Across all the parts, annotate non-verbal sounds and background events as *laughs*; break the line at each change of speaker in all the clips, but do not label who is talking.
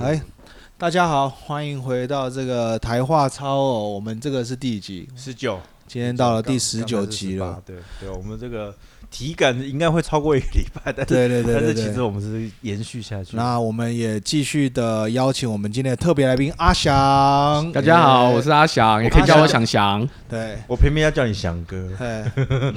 哎大家好，欢迎回到这个台话超偶，我们这个是第几集？
十九，
今天到了第
刚
十
刚
九
才是
集了
18。对对，我们这个体感应该会超过一个礼拜，但是
对对对
但
对
是其实
对。
我们是延续下去。
那我们也继续的邀请我们今天的特别来宾阿翔。
大家
呃
好，
哎
我是阿翔，也可以叫我翔翔。
对，
我偏偏要叫你翔哥，
哎，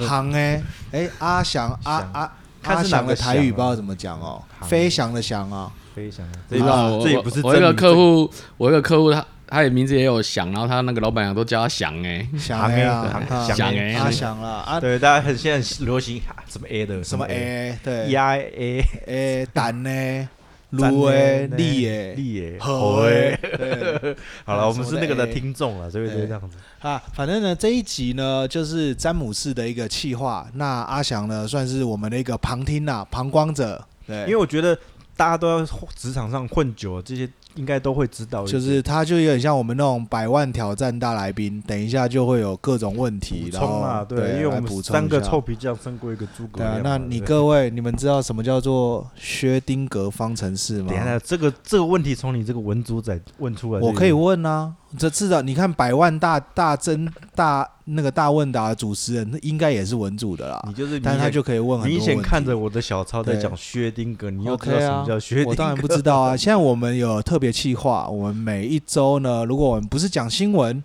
行哎，哎，阿翔，阿
翔
阿
看
阿
是哪
翔
个
的台语
翔啊
不知道怎么讲哦，
行
飞翔的翔啊，
飞翔，这
我
也不
我
啊是这也不是
我一
真
个
名
客，户，我一个客户他他也名字也有翔，然后他那个老板娘都叫他翔哎、
翔
行
哎
行
啊，
行
啊
翔哎
阿翔啦，啊
这，对大家很现在流行啊什么 A 的
什么 A 对，
呀 A
哎胆呢，卢哎，力哎，
力耶
好
猴
哎
哎，，
对。
*laughs*
啊
好了，我们
什
是
么
那个的
A
听众了，所以就
对
这样子。
啊，反正呢这一集呢就是詹姆士的一个企划，那阿翔呢算是我们的一个旁听啦、旁观者，对，
因为我觉得大家都要职场上混久了，这些应该都会知道一些，
就是他就有点像我们那种百万挑战大来宾，等一下就会有各种问题，
补
然后
充啊，对，因为我
来补
们
充一
三个
下
臭。皮匠胜过一个诸葛
对啊
亮，嘛。
那你
对
各位，你们知道什么叫做薛丁格方程式吗
等一？下，这个这个问题从你这个文主仔问出来，
我可以问啊，这至少你看百万大大真大那个大问答的主持人，那应该也是文组的啦
你，就是明显，
但是他就可以问很多
明显
问题
看着我的小抄在
对
讲薛丁格，你又知
OK
道什
啊
么叫 *laughs* 薛
我
丁
当然
格？
不知道啊。现在我们有特别企划，我们每一周呢，如果我们不是讲新闻，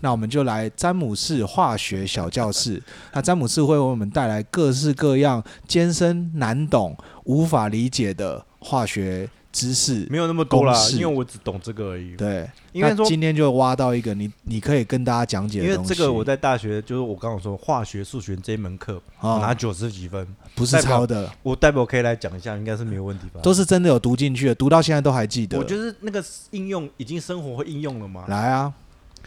那我们就来詹姆士化学小教室。那詹姆士会为我们带来各式各样艰深难懂、无法理解的化学知识。
没有那么多啦
公，式
因为我只懂这个而已。
对，
应该
那
说，
今天就挖到一个你你可以跟大家讲解
因
的
为
东西。
这个我在大学就是我刚刚说化学、数学这一门课，我拿
啊、
九十几分，
不是
代表
抄的，
我代表可以来讲一下，应该是没有问题吧？
都是真的有读进去的，读到现在都还记得。
我就是那个应用已经生活会应用了嘛，
来啊，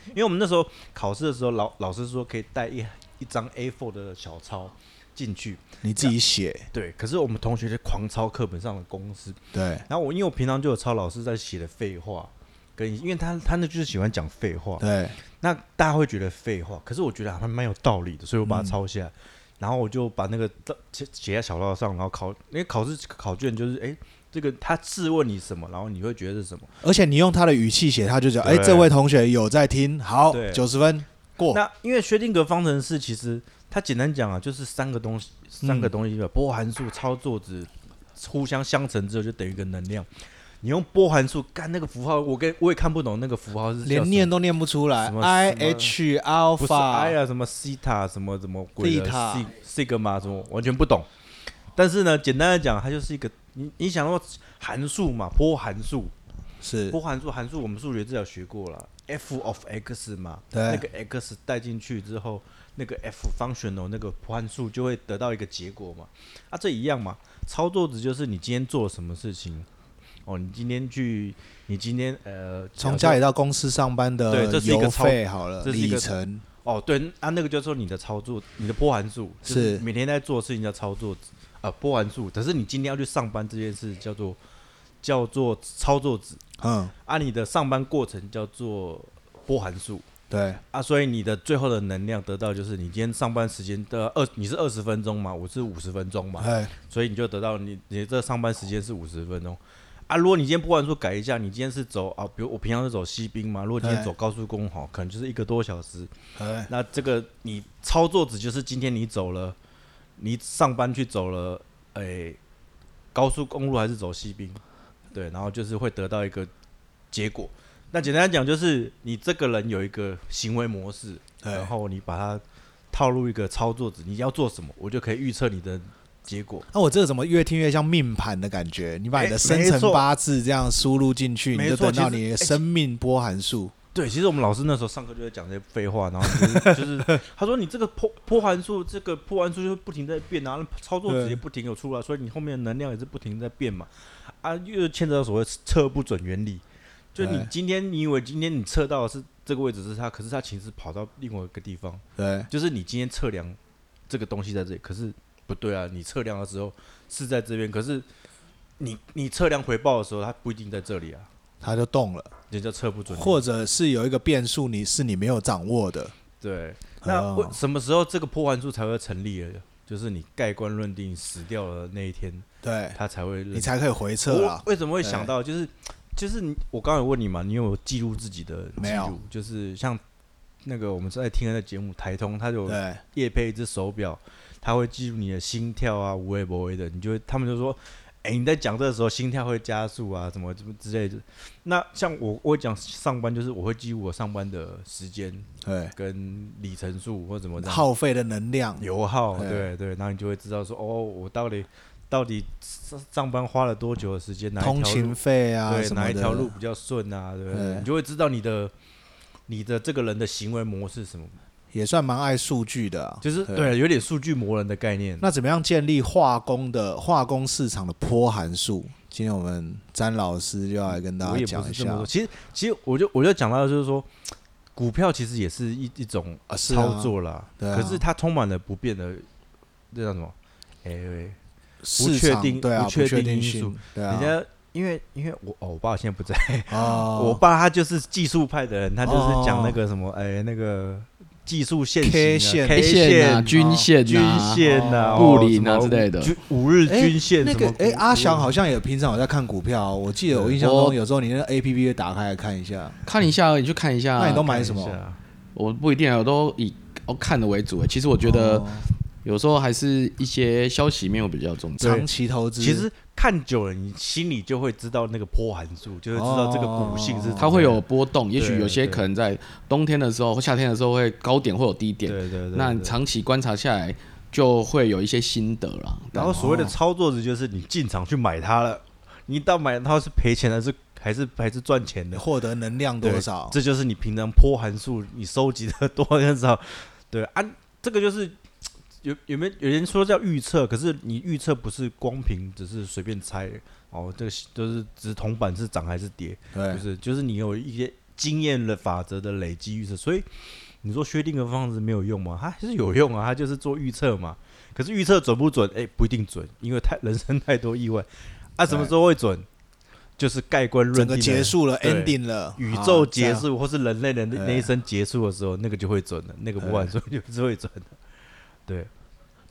因为我们那时候考试的时候，老老师说可以带一一张 A4 的小抄进去，
你自己写，
对，可是我们同学就狂抄课本上的公式，
对，
然后我因为我平常就有抄老师在写的废话，跟因为他他那就是喜欢讲废话，
对，
那大家会觉得废话，可是我觉得还蛮有道理的，所以我把它抄下来，然后我就把那个写写在小抄上，然后考因为考试考卷就是哎。这个他质问你什么，然后你会觉得是什么？
而且你用他的语气写，他就讲：“哎、
对
这位同学有在听，好，
对
九十分过。
那因为薛定谔方程式其实它简单讲啊，就是三个东西，三个东西吧，波函数、操作值互相相乘之后就等于一个能量。你用波函数干那个符号，我跟我也看不懂那个符号是叫什
连
么
念都念不出来
什么
，I
什么
H
不是 I
alpha，
啊，什么西塔什么什么鬼的
Theta
sig sigma 什么，完全不懂。但是呢，简单的讲，它就是一个你你想到函数嘛，波函数，
是
波函数函数我们数学至少学过了，f of x 嘛，
对
那个 x 带进去之后，那个 f functional 那个波函数就会得到一个结果嘛。啊，这一样嘛，操作值就是你今天做了什么事情。哦，你今天去，你今天呃，
从
假设
家里到公司上班
对
的
这是一
油
个超
费好了，
这是一个
里程
哦，对，啊，那个叫做你的操作，你的波函数就是是每天在做的事情叫操作，呃，波函数。可是你今天要去上班这件事叫做叫做操作值，
嗯，
啊，你的上班过程叫做波函数
对，
啊，所以你的最后的能量得到就是你今天上班时间的二，你是二十分钟嘛，我是五十分钟嘛，
哎，
所以你就得到你你这上班时间是五十分钟。啊，如果你今天不管说改一下，你今天是走啊，比如我平常是走西滨嘛，如果今天
对
走高速公路好，可能就是一个多小时，
哎，
那这个你操作只就是今天你走了，你上班去走了，诶、高速公路还是走西滨？对，然后就是会得到一个结果。那简单讲就是你这个人有一个行为模式，然
对，
后你把它套入一个操作值，你要做什么，我就可以预测你的结果。
那我这个怎么越听越像命盘的感觉？你把你
哎
的生
没
辰
错
八字这样输入进去，你
没
就
错
等到
其实
你的
哎
生命波函数。
对，其实我们老师那时候上课就在讲这些废话，然后就是 *laughs* 就是他说你这个波波函数，这个波函数就不停在变啊，那操作值
对
也不停有出来，所以你后面的能量也是不停在变嘛，啊，又牵扯到所谓测不准原理，就你
对
今天你以为今天你测到的是这个位置是它，可是它其实跑到另外一个地方，
对，
就是你今天测量这个东西在这里，可是不对啊，你测量的时候是在这边，可是你你测量回报的时候，它不一定在这里啊，
它就动了，
这叫测不准原理，
或者是有一个变数，你是你没有掌握的。
对。那为
哦
什么时候这个破环术才会成立了？就是你盖棺论定死掉了那一天，
对，
他才会认
你才可以回测
我
啦。哎
为什么会想到？就是就是你我刚才有问你嘛，你有记录自己的记录
没有？
就是像那个我们在听的那节目台通，它有
对，
夜配一只手表，它会记录你的心跳啊，无微不微的，你就会他们就说，哎、你在讲这个时候心跳会加速啊，什么什么之类的。那像我我讲上班就是我会记录我上班的时间
对，
跟里程数或怎么这样
耗费的能量，
油耗，
哎
对对，然后你就会知道说，哦，我到底到底上上班花了多久的时间，哪一条
通
路
勤费啊
对
什
哪
么
一条
的
路，比较顺啊，对不对？
对
你就会知道你的你的这个人的行为模式是什么，
也算蛮爱数据的啊。
就是
对
对，有点数据魔人的概念。
那怎么样建立化工的化工市场的波函数？今天我们詹老师就要来跟大
我
家
也不
讲
是
一
这么
下
说，其实其实我就我就讲到就是说，股票其实也是一一种
啊，是啊
操作啦，
对啊
可是它充满了不变的，这叫什么？哎、喂
市
确
场
定
对啊，
不
不
确
确
定因
性
素，
对啊，
人家因为因为我哦，我爸现在不在，
哦，
我爸他就是技术派的人，他就是讲那
哦
个什么，哎、那个技术线
K
型
线
啊 K
线啊、
线、哦
均线、啊
均线呐、
哦
布林啊
什么
之类的
均五日
哎
均线
那
什
个
么股。
哎，阿翔好像也平常有在看股票哦，我记得我印象
我
中有时候你那个 A P P 打开来看一下，
看一下，你去看一下。
那你都
看
买
一
什么？
下
我不一定啊，我都以我看的为主欸。其实我觉得
哦
有时候还是一些消息面会比较重要。
长期投资
其实看久了，你心里就会知道那个波函数，就是知道这个股性
哦
是怎么样。
它会有波动，也许
哦对
有些
对
可能在冬天的时候或夏天的时候会高点或有低
对
点，
对对。
那
对
长期观察下来就会有一些心得啦。
然后所谓的操作值就是你进场去买它了，你到买它是赔钱还是还是还是赚钱的？
获得能量
对
多少？
这就是你平常波函数你收集的多跟少，对啊，这个就是有有没有有人说叫预测，可是你预测不是光凭只是随便猜哦，这个是就是只是铜板是涨还是跌，
对
就，是就是你有一些经验的法则的累积预测，所以你说薛定谔方程式没有用吗？它还是有用啊，它就是做预测嘛。可是预测准不准？哎、不一定准，因为太 *laughs* 人生太多意外啊。什么时候会准？就是盖棺论
整个
定的
结束了
对
，ending 了，
宇
啊
宙结，
这样
束，或是人类的那
对
那一生结束的时候，那个就会准了，那个不
对
管说就是会准的。对，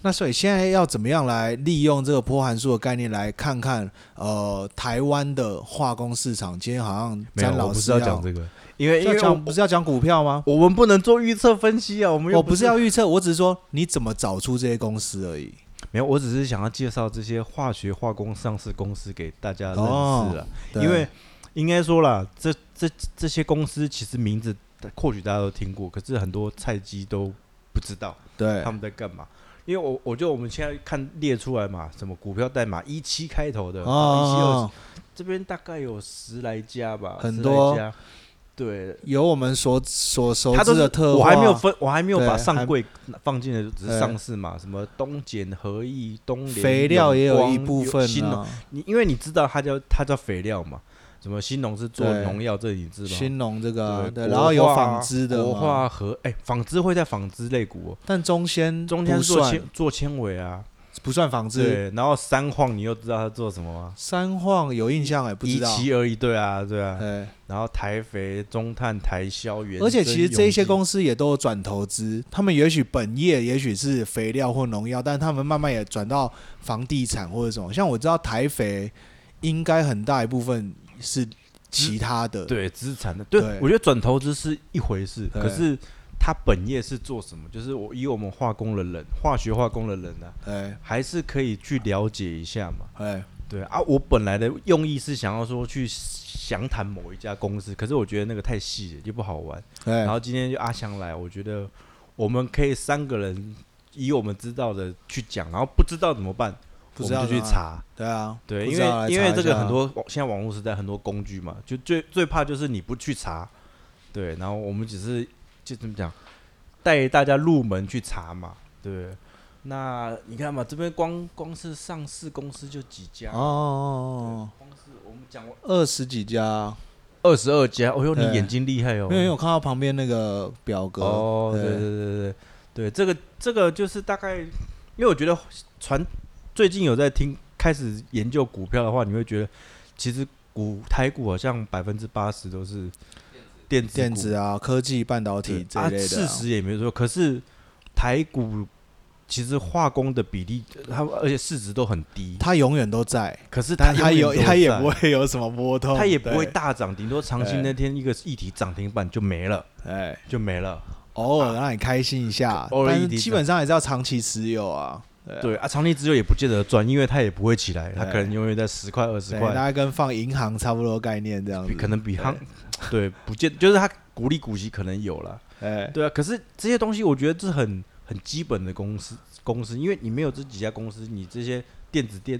那所以现在要怎么样来利用这个波函数的概念来看看呃台湾的化工市场？今天好像
没有，
詹
我
老
不
师
是要讲这个，因为因
要
为
讲不
我
是要讲股票吗？
我们不能做预测分析啊，我们又
我不是要预测，我只是说你怎么找出这些公司而已。
没有，我只是想要介绍这些化学化工上市公司给大家认识了，
哦对
因为应该说啦，这这这些公司其实名字或许大家都听过，可是很多菜鸡都不知道
对
他们在干嘛。因为我我觉得我们现在看列出来嘛，什么股票代码一七开头的，一七二
哦，
这边大概有十来家吧，
很
10来
多
家。对，
有我们所所熟
它
知
都是
的特
我
化，
还没有分，我还没有把
对
上
还
柜放进来，只是
对
上市嘛，什么东碱合益、东联
肥料也有
永
一
光
部分
新农，
啊，
你因为你知道它叫它叫肥料嘛，什么新农是做
对
农药，这你知道吗？
新农这个啊
对
对，
国
然后有
画
纺织的
国
嘛，
化和哎，纺织会在纺织类股哦，
但中间
中间
不
做
算
纤做纤维啊，
不算纺织，
对，然后三晃你又知道它做什么吗？
三晃有印象哎，不
一
知道。
期而已，对啊，对啊，
对，
然后台肥、中碳、台销、原
而且
生
其实这
永
些
基
公司也都有转投资，他们也许本业也许是肥料或农药，但他们慢慢也转到房地产或者什么。像我知道台肥应该很大一部分是其他的，
对资产的，对
对
我觉得转投资是一回事，
对
可是他本业是做什么？就是我以我们化工的人，化学化工的人呢、
哎
还是可以去了解一下嘛。
哎
对啊，我本来的用意是想要说去详谈某一家公司，可是我觉得那个太细了，就不好玩。然
哎，
后今天就阿翔来，我觉得我们可以三个人以我们知道的去讲，然后不知道怎么办，
不知道
我们就去
的话
查。
对啊，
对，
不
因
知道
为
来
因
查
为
一
这个
下
很多网现在网络时代很多工具嘛，就最最怕就是你不去查，对，然后我们只是就怎么讲，带大家入门去查嘛，对。那你看嘛，这边光光是上市公司就几家，
哦哦，
光是我们讲过
二十几家，
二十二家，哦哟，你
对
眼睛厉害哦，
没有因为我看到旁边那个表格，
哦，对
对
对对对对，这个这个就是大概，因为我觉得传最近有在听开始研究股票的话，你会觉得其实股台股好像百分之八十都是电子
电
股
子啊、科技、半导体
对
这一
啊，
类的啊，
事实也没错，可是台股其实化工的比例，呃它而且市值都很低，
它永远都在，
可是
但它
永
有
远都
它也
在
不会有什么波动，
它也不会
对，
大涨，顶多长期
对
那天一个议题涨停板就没了，
哎，
就没了。
偶尔让你开心一下，
偶尔
但
一
是
滴
基
这样
本上还是要长期持有啊。
对啊，长期持有也不见得赚，因为它也不会起来，它
对
可能永远在十块、二十
对，大
块，
概跟放银行差不多概念这样子
比，可能比行嗯对不见，就是它股利股息可能有了。
哎，
对啊，可是这些东西我觉得是很很基本的公司公司，因为你没有这几家公司，你这些电子电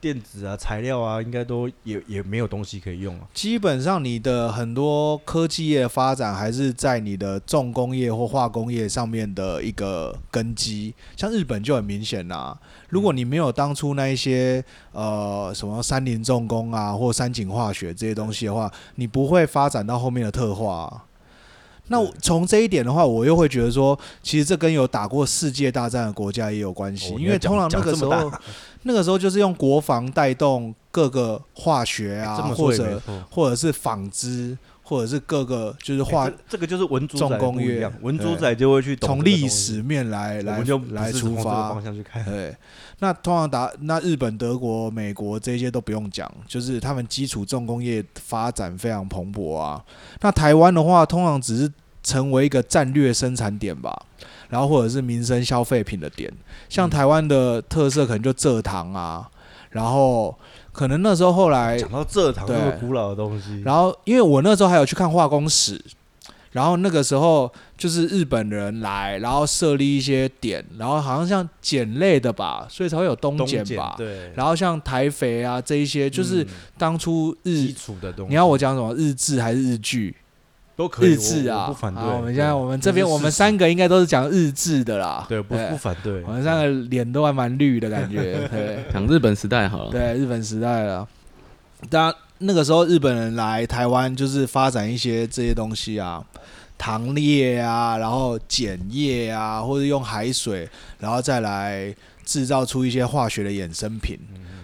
电子啊材料啊，应该都也也没有东西可以用啊。
基本上你的很多科技业发展还是在你的重工业或化工业上面的一个根基，像日本就很明显啦、
嗯
如果你没有当初那一些呃什么三菱重工啊或三井化学这些东西的话，你不会发展到后面的特化啊、那我从这一点的话，我又会觉得说，其实这跟有打过世界大战的国家也有关系，
哦你
因
要
为
讲
通常那
讲
个
这
时
么大
候，那个时候就是用国防带动各个化学啊，
哎这么
或
说也没
者
错。
或者是纺织，或者是各个就是化
欸这这个就是文竹仔
重工
不一
业
样，文竹
对
仔就会去懂
从
这个
历
东
史
西，
面来
我
来
们就不
来
是从
出
这个
发
方。向去看。
对，那通常打那日本、德国、美国这些都不用讲，就是他们基础重工业发展非常蓬勃啊。那台湾的话，通常只是成为一个战略生产点吧，然后或者是民生消费品的点。
嗯
像台湾的特色可能就蔗糖啊，然后可能那时候后来
讲到蔗糖这
对
么古老的东西，
然后因为我那时候还有去看化工史，然后那个时候就是日本人来，然后设立一些点，然后好像像碱类的吧，所以才会有东
东
碱
碱
吧。
对，
然后像台肥啊这一些，就是
嗯
当初日
基，础的东西，
你要我讲什么日志还是日剧？
都可以，
日
我
志
我
啊，
不反对。
啊我们
对
现在我们这
是
边我
事
们
实
三个应该都是讲日志的啦。
对不不反对，
我们三个脸都还蛮绿的感
*laughs*
觉。对。
讲日本时代好了，
对，日本时代了。当然那个时候日本人来台湾，就是发展一些这些东西啊，糖业啊，然后碱业啊，或者用海水，然后再来制造出一些化学的衍生品。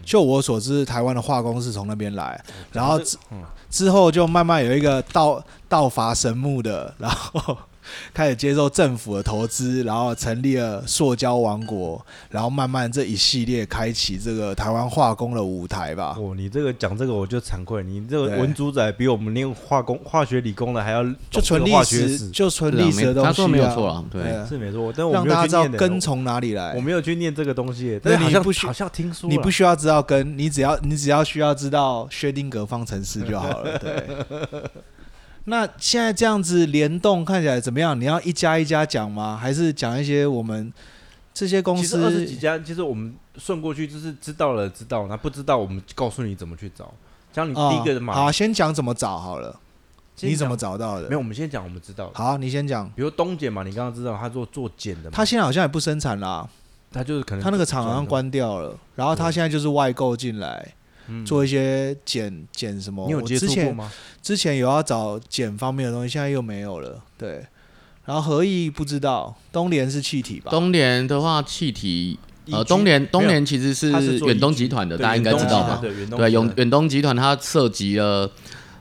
就我所知，台湾的化工是从那边来，然后之
嗯
之后就慢慢有一个道道法神木的，然后开始接受政府的投资，然后成立了塑胶王国，然后慢慢这一系列开启这个台湾化工的舞台吧。
哦，你这个讲这个我就惭愧，你这个
对
文主仔比我们念化工、化学、理工的还要懂
就纯
哦这个
历
化学
史，
史，
就纯
对啊
历史的
没
东西、啊，
他说没有错啊，对，
啊
是没错。但我
让
没有
大家
去
知道
念的
跟从哪里来。
我没有去念这个东西，
对啊
但是好
你
像
不需
好像听说
你不
啦
需要知道根，你只要你只要需要知道薛定谔方程式就好了。对。
*laughs*
那现在这样子联动看起来怎么样？你要一家一家讲吗？还是讲一些我们这些公
其实二十几
司？
家，其实我们顺过去就是知道了，知道，那不知道我们告诉你怎么去找。像你
啊
第一个嘛，
好，先讲怎么找好了。
先
你怎
讲
么找到的？
没有？我们先讲我们知道的，
好，你先讲。
比如东姐嘛，你刚刚知道他做做碱的嘛，
他现在好像也不生产啦，
他就是可能
他那个厂好像
转
关掉了，然后他
嗯对
现在就是外购进来
嗯
做一些减减什么。
你有
哦我
接
之
触
前
过吗？
之前有要找碱方面的东西，现在又没有了。对，然后合意不知道，东联是气体吧？
东联的话，气体
宜
呃，
居
东联东
没有
联其实
它
是
是做
远东
宜居
集团的，
对
大家应该知道
远
吧？
东集团
对，啊
对，
远
远东集团
远东集团它涉及了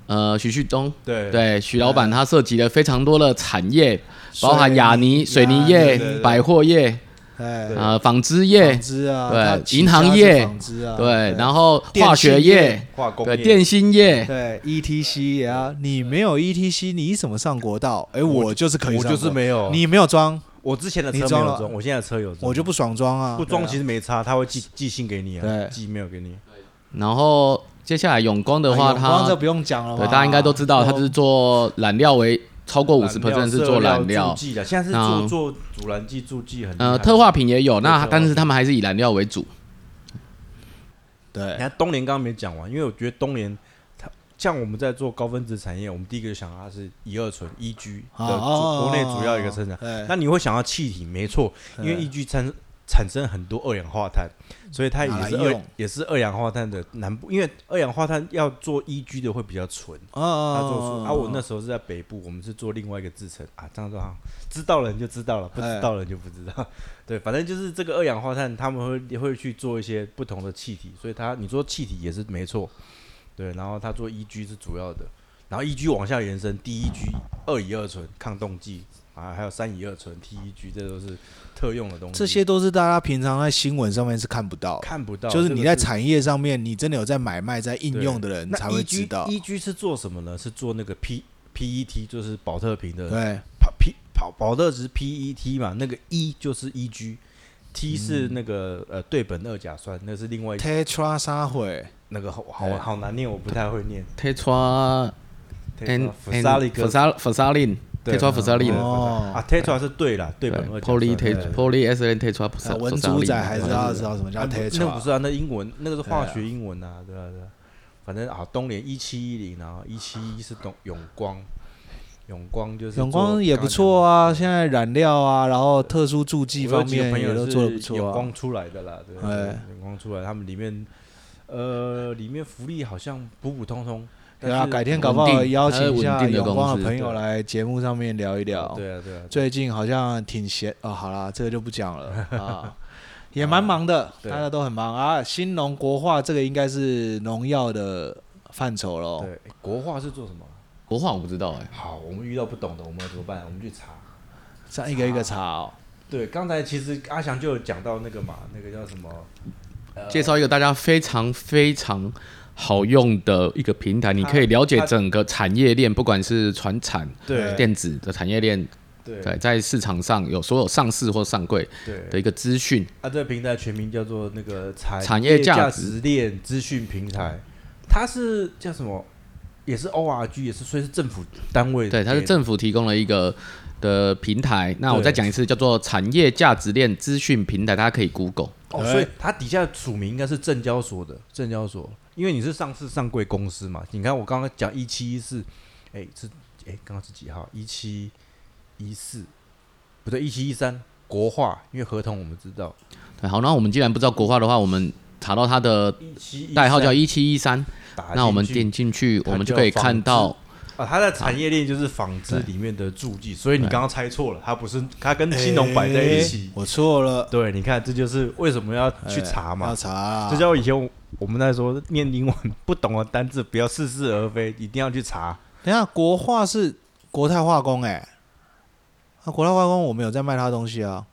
呃徐旭东，
对
对徐老板他涉及了非常多的产业，包含
水
亚泥、水泥业
对对、对
百货业、
哎，
对
呃纺织
纺
业，
织啊，
对
它起
银行
家是
业
纺织啊，
对，然
后
后化学
电信
业，
化工
对，
业
电信业，
对，E ETC 也要，啊你没有 ETC，你怎么上国道？哎，我就是可以
我
上国，
就是没有，啊
你没有装，
我之前的车
你
没有
装了
装，我现在的车有装，
我就不爽装啊，
不装，
对啊
其实没差，他会寄寄信给你啊
对，
寄 mail 给你。
然后接下来永光的
哎
啊
话，
永光
它
这不用讲了吧，
对大家应该都知道，它
哦
就是做染料为超过五十 percent 是做染料
助，剂的，现在是做
嗯
做阻燃剂助剂很厉害
呃，特化。品也有，
嗯对特
那
化
但是他们还是以染料为主。
你
对
看东联刚刚没讲完，因为我觉得东联它像我们在做高分子产业，我们第一个就想到它是乙二醇 EG
哦
的主国内主要一个生产。，
那
那你会想到气体，没错，因为 EG 产产生很多二氧化碳，所以它
拿来
也是二
用
也是二氧化碳的南部，因为二氧化碳要做 EG 的会比较纯。
啊啊
他做出啊，我那时候是在北部，我们是做另外一个制成啊，这样说好，知道了你就知道了，不
哎
知道了你就不知道。 *laughs* 对，反正就是这个二氧化碳，他们会会去做一些不同的气体，所以它你说气体也是没错，对。然后它啊做 EG 是主要的，然后 EG 往下延伸，第一 G 二乙二醇抗冻剂啊，还有三乙二醇、TEG，这都是特用的东西，
这些都是大家平常在新闻上面是看不到的，
看不到，
就是你在
这个
产业上面，你真的有在买卖、在应用的人
那
才会知道。
EG, EG 是做什么呢？是做那个 P PET，就是保特瓶的
对，
跑 P 跑保特值 PET 嘛，那个 E 就是 EG，T
嗯
是那个、呃对苯二甲酸，那是另外一
Tetra 啊杀毁，
那个好好
对
好难念，我不太会念。
Tetra
Tetra-
and
Fusaric-
Fusarin
对嗯
Tetra Fusarin
哦
啊，Tetra 是对啦，对
对
苯二甲酸
Poly
对
Tetra Poly S N Tetra
呃文猪仔还是要知道什么叫
啊不那个不
Tetra。
是啊，那英文那个是化
对
学英文啊，对啊对啊，反正啊，东联一七一零啊，一七一是东永光，永光就是
永光也不错
啊，
啊，现在染料啊，然后特殊助剂
我有
方
几个
面
朋
也
友
都
是
做的不错
永
啊
光。出来的啦，对啊，对
哎
啊永光出来，他们里面呃里面福利好像普普通通，
对
但
啊，
是
改天搞不好
稳定
邀请一
它
下
是稳定的
永光
公
的
司
朋友来节目上面聊一聊。
对啊对啊，
最近好像挺闲哦，好啦，这个就不讲了
*laughs*
啊，也蛮忙的，
对
大家都很忙啊。新农国画这个应该是农药的范畴喽。
对哎国画是做什么？啊
国画我不知道哎，
好，我们遇到不懂的，我们要怎么办？我们去查。
这样一个一个查哦。
对，刚才其实阿翔就有讲到那个嘛，那个叫什么？呃
介绍一个大家非常非常好用的一个平台，你可以了解
它
整个产业链，不管是船产、
对
电子的产业链，
对
对，在市场上有所有上市或上柜
对
的一个资讯。
它这个平台全名叫做那个产
产
业
业价值
值链资讯平台，它是叫什么？也是 ORG，也是所以是政府单位给的，
对，它是政府提供了一个的平台。那我
对
再讲一次，叫做产业价值链资讯平台，大家可以 Google。
哦，所以它底下署名应该是证交所的证交所，因为你是上市上柜公司嘛。你看我刚刚讲一七一四，哎是哎刚刚是几号？一七一四不对，一七一三国化，因为合同我们知道，
对，好，那我们既然不知道国画的话，我们查到它的
一七
代号叫一七一三，
打
那我们
进去
点进去，
它
我们
就
就可以
仿
看
制
到
啊，它的产业链就是纺织里面的助剂，所以你刚刚猜错了，它不是，它跟青龙摆在一起
哎。我错了，
对，你看，这就是为什么要去
哎
查
要
嘛。
查啊。
这叫以前我我们那时候念英文不懂的单字，不要似是而非，一定要去查。
等一下国画是国泰化工哎，那国泰化工我们有在卖它东西啊。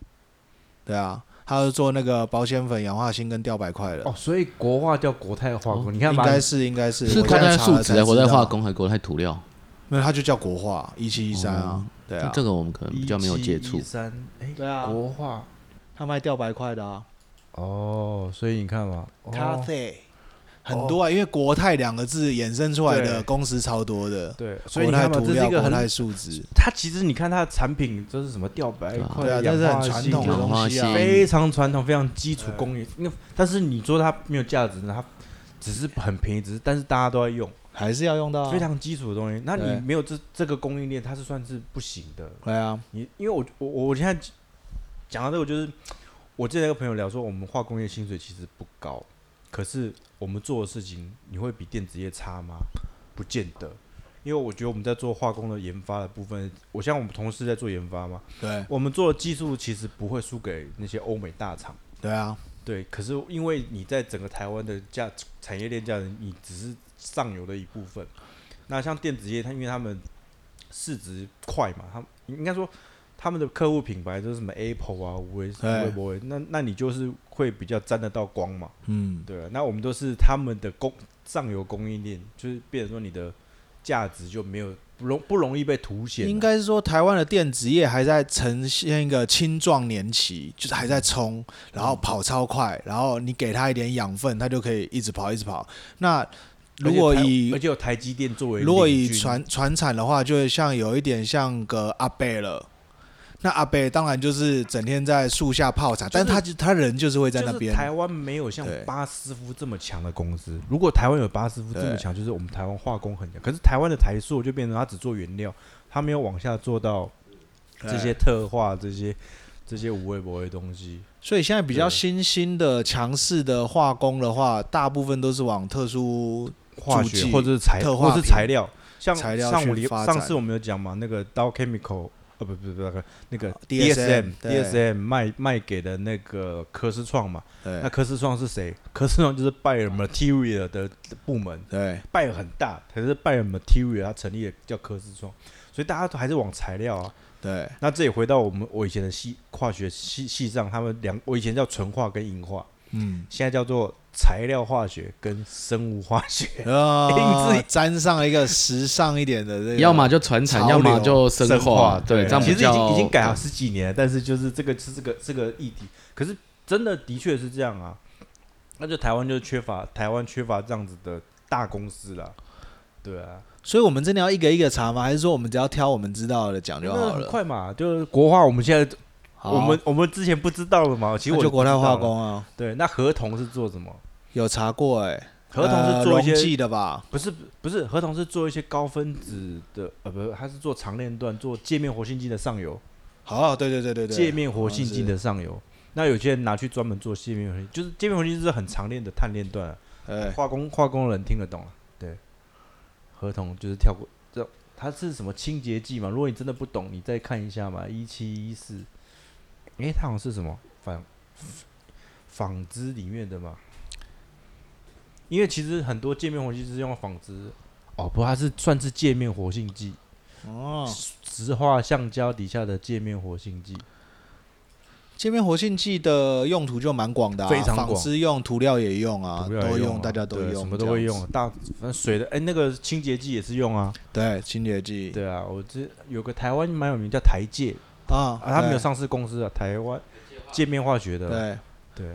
对啊，它是做那个保险粉、氧化锌跟吊白块的
哦，。所以国画叫国泰化工，你看
应
吧，
该是应该是
是
我
国
刚才
泰
查了
数值
才
还是国
知
泰化
道，
工还是国泰涂料？
没有它就叫国画一七一三啊。对啊，
这个我们可能比较没有接触。
三，哎，
对啊
国画
他卖吊白块的啊，
哦，所以你看嘛，哦
咖啡很多啊，因为国泰两个字衍生出来
对
的工时超多的，
对，所以
国
你
泰
看嘛，
涂
这是
料、
一个
国
很
泰数值，
它其实你看它的产品就是什么吊白
对啊
块、
对啊，
氧
这是很
化
传
锌
统的
氧化
东西啊
锌。
非常传统、非常基础工业。那但是你说它没有价值呢，它只是很便宜，只是但是大家都在用，
还是要用到啊
非常基础的东西。那
对
你没有这这个供应链，它是算是不行的。
对啊，
你因为我我我现在讲到这个，就是我之前有个朋友聊说，我们化工业薪水其实不高，可是我们做的事情，你会比电子业差吗？不见得，因为我觉得我们在做化工的研发的部分，我像我们同事在做研发嘛，
对
我们做的技术其实不会输给那些欧美大厂。
对啊，
对，可是因为你在整个台湾的价产业链价值，你只是上游的一部分。那像电子业，它因为他们市值快嘛，他们应该说他们的客户品牌就是什么 Apple 啊、微
对
微博，那那你就是会比较沾得到光嘛，
嗯，
对啊，那我们都是他们的供上游供应链，就是变成说你的价值就没有不容不容易被凸显啊、
应该是说台湾的电子业还在呈现一个青壮年期，就是还在冲，然后跑超快，然后你给它一点养分，它就可以一直跑一直跑。那如
而且
果
台
以
而且有台积电作为
如果
领
以
军
传传产的话，就会像有一点像个阿贝了。那阿贝当然就是整天在树下泡茶，
就
但
是
是他就他人就是会在那
就是
边。
台湾没有像
对
巴斯夫这么强的公司。如果台湾有巴斯夫这么
对
强，就是我们台湾化工很强。可是台湾的台塑就变成它只做原料，它没有往下做到
对
这些特化、这些这些无微不微的东西。
所以现在比较
对
新兴的强势的化工的话，大部分都是往特殊
化
助
学
剂
或者是材
特化
或
品
者是材料，像
材料
上午
去
里
发
上
展
次我们有讲嘛，那个 Dow Chemical 呃不不不那个那个
DSM 对
DSM 卖卖给的那个科斯创嘛，那
对
科斯创是谁？科斯创就是拜耳 Material 的的部门。
对
拜耳很大，可是拜耳 Material 它成立的叫科斯创，所以大家都还是往材料啊。
对，
那这也回到我们我以前的系化学系系上，他们两我以前叫纯化跟硬化，
嗯，
现在叫做材料化学跟生物化学。
啊
*laughs* 硬，质
沾上了一个时尚一点的这个，
要么就传
潮
产，
流
要么就生化，对，这样
其
比
实已经
较
已经改好十几年了，但是就是这个是这个这个议题，可是真的的确是这样啊，那就台湾就缺乏台湾缺乏这样子的大公司啦，对啊，
所以我们真的要一个一个查吗？还是说我们只要挑我们知道的讲就
那
好
很
了？
快嘛，就是国化我们现在
好
我们我们之前不知道了嘛，其实
那
我
就国泰化
不知道了，
工啊，
对，那合同是做什么？
有查过哎、
合同是做
呃、溶
一些
剂的吧？
不是不是合同是做一些高分子的呃不是，它是做长链段做界面活性剂的上游，啊
好，对对对对对，
界面活性剂
好像是
的上游。那有些人拿去专门做界面活性，就是界面活性剂是很长链的碳链段、啊，
哎，
化工化工的人听得懂啊。对，合同就是跳过这，它是什么清洁剂嘛？如果你真的不懂，你再看一下嘛，一七一四，诶，它好像是什么纺纺织里面的嘛？因为其实很多界面活性剂是用纺织，哦不，它是算是界面活性剂，
哦，
石化橡胶底下的界面活性剂。
界面活性剂的用途就蛮广的、啊，
非常广
纺织用、涂料也用啊，
涂料也
都
啊
大家都
对
用，
什么都会
这
用
样
啊
子。，
大反正水的，哎、那个清洁剂也是用啊。
对，清洁剂
对啊，我这有个台湾蛮有名叫台界，
啊，
啊，他们有
对
上市公司啊，台湾界面化学的，啊
对，
对。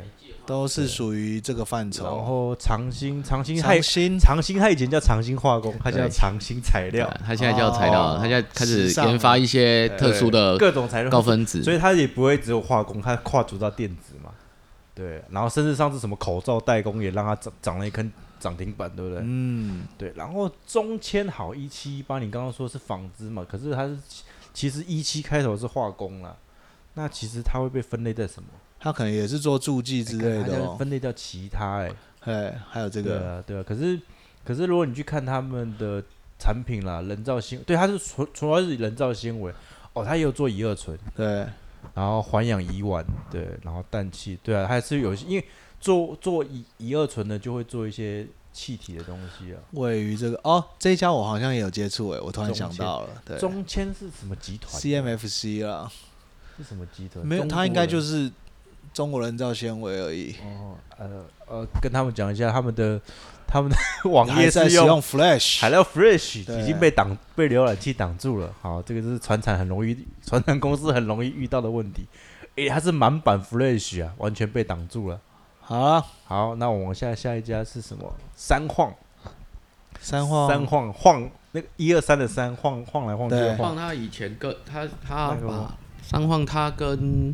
都是属于这个范
然
畴。
后长兴，长兴它
长
也
兴
长兴它以前叫长兴化工，它现在
对
叫长兴材
对
料，
他现在叫材料，
哦
他现在开始
时尚
研发一些特殊的
各种材料
高分子，
所以它也不会只有化工，它跨足到电子嘛。对，然后甚至上次什么口罩代工也让它涨涨了一根涨停板，对不对？
嗯，
对，然后中签好一七一八，你刚刚说是纺织嘛，可是它是其实一七开头是化工啦，那其实它会被分类在什么
他可能也是做助剂之类
哎看它
的、
现在
哦，
分类叫其他哎、
哎，还有这
对
个
啊对啊，可是可是如果你去看他们的产品啦，人造纤对它是纯纯粹是人造纤维哦，它也有做乙二醇，
对，
然后环氧乙烷对，然后氮气对啊，还是有一些因为做做乙乙二醇的就会做一些气体的东西啊。
位于这个哦，这一家我好像也有接触哎，我突然想到了，对
中签是什么集团
，CMFC 啦，
是什么集团？
没有，
中
他
国
应该
人
就是中国人造纤维而已。
哦，呃呃，跟他们讲一下，他们的 *laughs* 他们的网
还
页
在
是
使用 Flash，
海料 Fresh
对啊
已经被挡被浏览器挡住了。好，这个就是船产很容易， *laughs* 船产公司很容易遇到的问题。诶，它是满版 Flash 啊，完全被挡住了。
好了，
好，那我往下下一家是什么？三晃，
三晃
三晃晃，那个一二三的三晃晃来晃去
对
的
晃
晃。
他以前跟他
那
他
个吗
把三晃他跟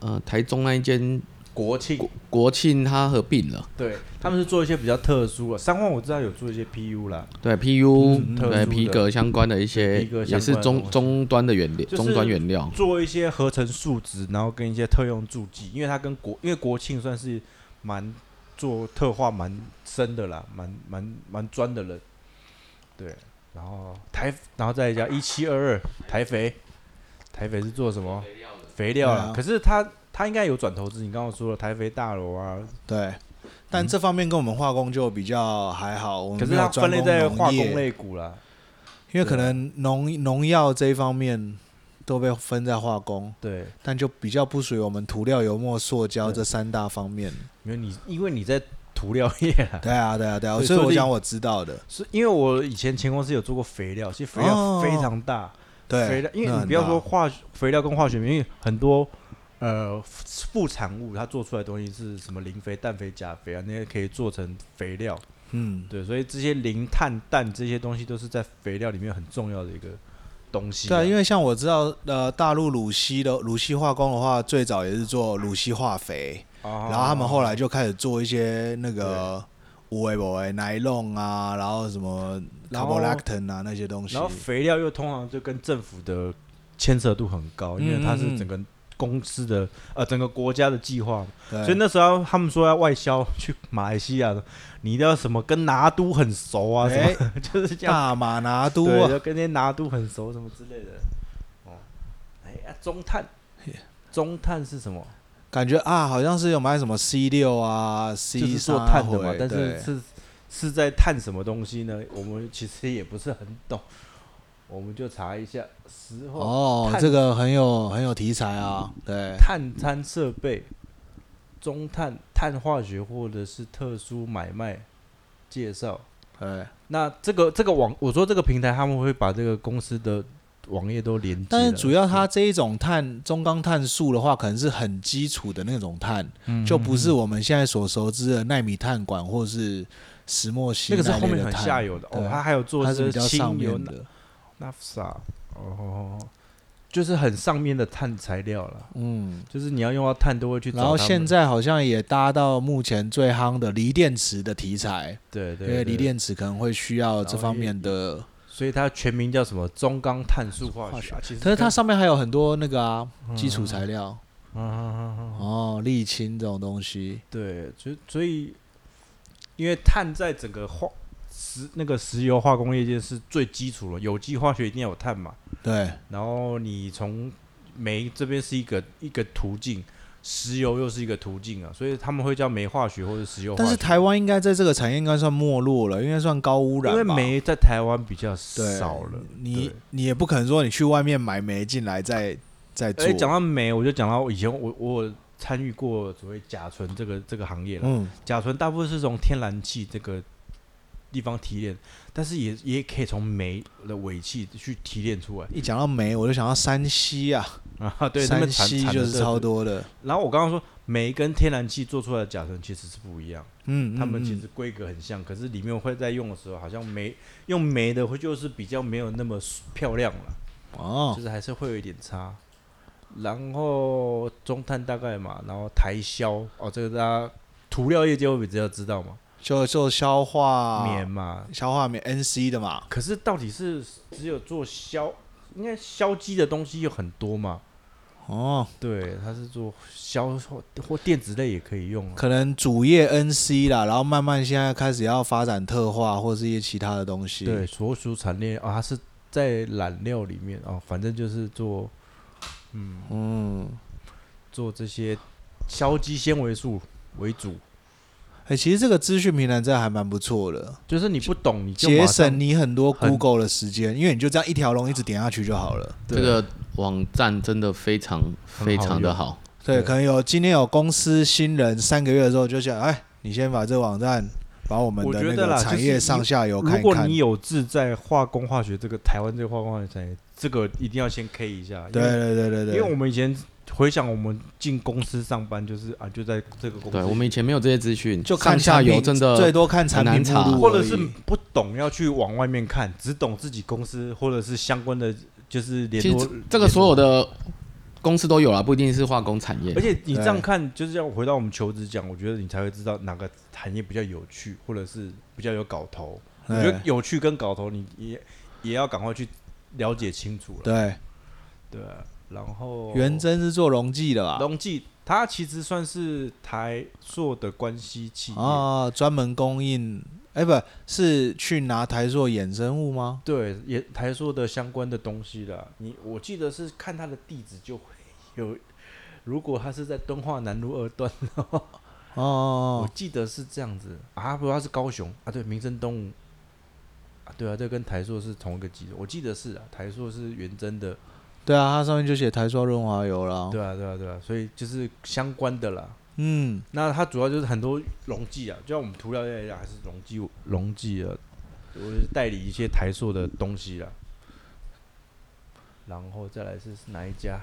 呃台中那一间
国庆
国国庆他合并了，
对，他们是做一些比较特殊的。三晃我知道有做一些 PU 啦，
对 PU
嗯特殊
对
的
皮革相关的一些
皮革相关的
也是
东
中
西
终端的原料，
就是
终端原料
做一些合成树脂，然后跟一些特用助剂，因为它跟国因为国庆算是蛮做特化蛮深的啦，蛮蛮蛮专的人，对。然后台，然后再一家一七二二台肥，台肥是做什么？肥料啦。
对啊
可是它它应该有转投资，你刚刚说了台肥大楼啊，
对，但这方面跟我们化工就比较还好，我们
可是
没有
它分类
专
在
攻
化
农业
工，类股啦。
因为可能农农药这一方面都被分在化工，
对，
但就比较不属于我们涂料、油墨、塑胶
对
这三大方面。
因为你因为你在涂料业啦，
对啊，对啊，对啊，
对
所以
说不
我
定
讲我知道的，
是因为我以前前公司有做过肥料，其实肥料
哦
非常大。
对，
肥料，因
那
为你
很
不要
大
说化学肥料跟化学品，因为很多呃副产物它做出来的东西是什么磷肥、氮肥、钾肥啊，那些可以做成肥料。
嗯，
对，所以这些磷、碳、氮这些东西都是在肥料里面很重要的一个东西、
对啊，因为像我知道，呃，大陆鲁西的鲁西化工的话，最早也是做鲁西化肥，
哦
然后他们后来就开始做一些那个无为不为奶弄啊，然后什么
然后
carbolactin 啊那些东西
然，后肥料又通常就跟政府的牵扯度很高，因为它
嗯嗯
是
嗯
整个公司的呃整个国家的计划嘛。
对
所以那时候他们说要外销去马来西亚，你一定要什么跟拿督很熟啊，什
哎
么、 *laughs* 就是这样。
大马拿督
对，
啊，
就跟那些拿督很熟什么之类的。哦，哎呀，中碳，中碳是什么？
感觉啊好像是有买什么 C 六啊
就
C
是
三
做碳的嘛，但是是是在碳什么东西呢？我们其实也不是很懂。我们就查一下时候
哦，
碳
这个很有很有题材啊，对，
碳餐设备、中碳碳化学或者是特殊买卖介绍。
对。
那这个这个网，我说这个平台他们会把这个公司的网页都连接了，
但是主要它这一种碳中钢碳素的话，可能是很基础的那种碳，
嗯
就不是我们现在所熟知的纳米碳管或是石墨烯
那个是
那
后
类
面
的
很
碳
下游的哦
对，
它还有做
它是
这
比较上
轻油
面的。
NAFSA 哦，就是很上面的碳材料了，
嗯，
就是你要用到碳都会去找他
然
们。
后现在好像也搭到目前最夯的锂电池的题材，
对对
因为
对
锂电池可能会需要这方面的，
所以它全名叫什么？中钢碳素化
化
学。啊其实
可是它
跟
上面还有很多那个啊基础材料
嗯嗯嗯嗯嗯
哦，沥青这种东西，
对，所以所以因为碳在整个化石那个石油化工业界是最基础了，有机化学一定要有碳嘛。
对，
然后你从煤这边是一个一个途径，石油又是一个途径啊，所以他们会叫煤化学或者石油化
但
学。
是台湾应该在这个产业应该算没落了，应该算高污染
因
吧，
为煤在台湾比较
对
啊少了。
你你也不可能说你去外面买煤进来再再做
哎，，讲到煤，我就讲到以前我我有参与过所谓甲醇这个这个行业了。
嗯，
甲醇大部分是从天然气这个地方提炼，但是也也可以从煤的尾气去提炼出来 *laughs*
一讲到煤我就想到山西啊，
啊。对，那
山
边产
西就是超。多的，
产的然后我刚刚说煤跟天然气做出来的甲醇其实是不一样，
嗯，
它们
嗯
其
嗯
实规格很像，可是里面会在用的时候，好像煤用煤的会就是比较没有那么漂亮了。
哦
就，是还是会有一点差。然后中碳大概嘛，然后台销哦，这个大家涂料业界会比较知道嘛，
就就消化
棉嘛。
消化棉 NC 的嘛，
可是到底是只有做消，应该消基的东西有很多嘛？
哦，
对，它是做消或或电子类也可以用、啊。
可能主业 NC 啦，然后慢慢现在开始要发展特化或是一些其他的东西，
对，，所属产业啊、它是在染料里面哦，反正就是做嗯
嗯，
做这些消基纤维素为主，
哎、其实这个资讯平台真的还蛮不错的，
就是你不懂你就马
节
上
省你很多
很
Google 的时间，因为你就这样一条龙一直点下去就好了。
这个网站真的非常非常的好，
对，
对
可能有今天有公司新人三个月的时候就想，哎，你先把这网站把我们
我
的
觉
那
得
个
啦
产
就是
业
你
上下游看
如
一
果
看
你。有志在化工化学这个台湾这个化工化学产业，这个一定要先 K 一下。因
对
为，
对对对对，
因为我们以前回想我们进公司上班，就是啊，就在这个公司，
对我们以前没有这些资讯，
就看
上下
产品
游真
最
的
多看产品
很难查
目录
或
而
者
已
是不懂要去往外面看，只懂自己公司或者是相关的就是联
其实
络
这。这个所有的公司都有啦，不一定是化工产业
而。且你这
对
样看，就是要回到我们求职讲，我觉得你才会知道哪个产业比较有趣，或者是比较有搞头。我觉得
对
有趣跟搞头，你也也要赶快去了解清楚了。
对，
对啊，然后
元真是做溶剂的吧？啊
隆记，它其实算是台塑的关系企业。
啊，专门供应，哎，不是去拿台塑衍生物吗？
对，也台塑的相关的东西啦。你我记得是看它的地址就会有，如果它是在敦化南路二段，我
哦，
记得是这样子啊，不，它是高雄啊，对，民生东吴啊，对啊，这跟台塑是同一个集团，我记得是啊，台塑是元真的，
对啊，它上面就写台塑润滑油了。
对啊，对啊，对啊，所以就是相关的啦。
嗯，
那它主要就是很多溶剂啊，就像我们涂料业一样，还是溶剂溶剂啊，我是代理一些台塑的东西啦。然后再来是是哪一家？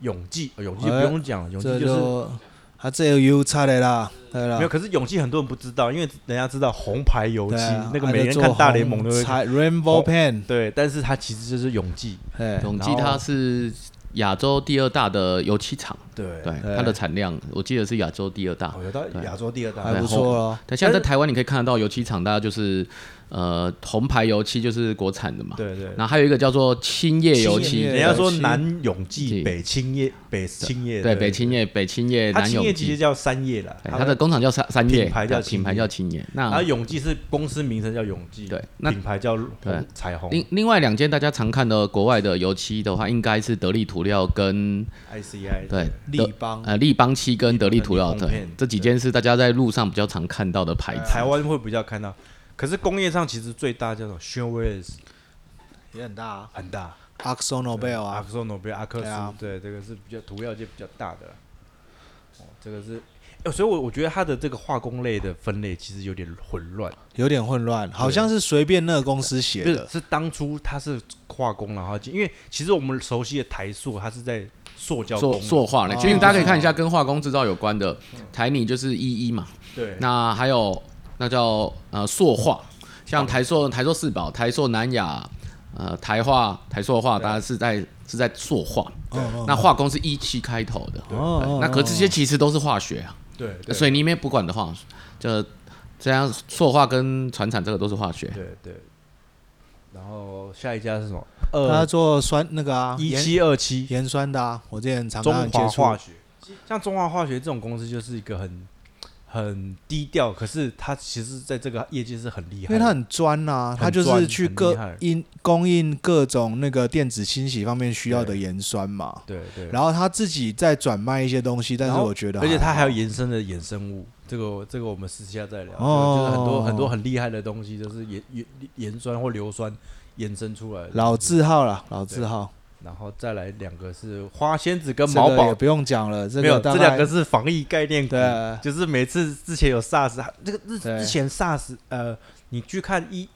永记，呃永记不
哎
用讲了，永记
这
就是
就啊它这有油差的啦，对啦
没有。，可是永记很多人不知道，因为人家知道红牌油漆
对啊，
那个
它
每
就
天
做
看大联
红
盟都会
彩 Rainbow
红
Pen，
对，但是它其实就是永记，
哎，
永基
然后
它是亚洲第二大的油漆厂，
对
对
对
它的产量我记得是亚洲第二大
哦，。有到
对
亚洲第二大
还，不错哦。
但现在
但
在台湾你可以看得到油漆厂，大家就是呃红牌油漆就是国产的嘛，
对对。
然后还有一个叫做青叶油
青
漆，
叶
人家说
青
南永记
记
北青叶，北青叶，
对北青叶、北青叶、
它
南
青
永
叶其实
基，
叫三叶啦，
对它的工厂叫三三叶，
品牌叫
对
青叶
品牌叫青叶。
然后
那
永记是公司名称叫永记，
对那
品牌叫红
对
彩虹
另另外两间大家常看的国外的油漆的话，应该是德利涂料跟
ICI，
对
立邦
呃立邦漆跟德利涂料，
立邦
对
Pen，
这几间是大家在路上比较常看到
呃
的牌子。
台湾会比较看到。可是工业上其实最大叫做 s h e w e r s
也很大啊
很大。
，Axon Nobel
阿
啊，
克索诺贝尔阿克
对
斯
啊，
对，这个是比较涂料界比较大的啦。哦，这个是，哎所以我我觉得它的这个化工类的分类其实有点混乱，
有点混乱，好像是随便那个公司写
不是
的，
是当初它是化工，然后进因为其实我们熟悉的台塑，它是在塑胶
塑
工，
塑化类，
哦
其实大家可以看一下跟化工制造有关的，台泥就是一一嘛，
对，
那还有那叫呃塑化，
哦
像台塑、台塑四宝、台塑南亚、呃台化、台塑化，
对
大家是在是在塑化。
哦
那化工是一七开头的，
哦哦
对
哦
那可这些其实都是化学啊，
对，对
水泥没不管的话，就这样塑化跟传产这个都是化学。
对对。然后下一家是什么？
他
二
做酸那个啊，
一
盐
七二七，
盐酸的啊，我之前常
中
常有
华
接触
化学，像中华化学这种公司就是一个很很低调，可是它其实在这个业界是很厉
因
害的，
为他很专呐、啊，他
很
就
专
是去
很厉
各
害
应供应各种那个电子清洗方面需要的盐酸嘛。
对对，
然后他自己在转卖一些东西，但是
然后
我觉得，
而且它还有延伸的衍生物，这个我这个我们私下再聊，
哦
就是很多很多很厉害的东西，就是盐盐盐酸或硫酸衍生出来的东西。
老字号了，老字号，
然后再来两个是花仙子跟
这
毛
个
宝
也，不用讲了，这
没有
个大
这两
概
个是防疫概念股，
对
就是每次之前有 SARS，这个之
对
之前 SARS，呃，你去看一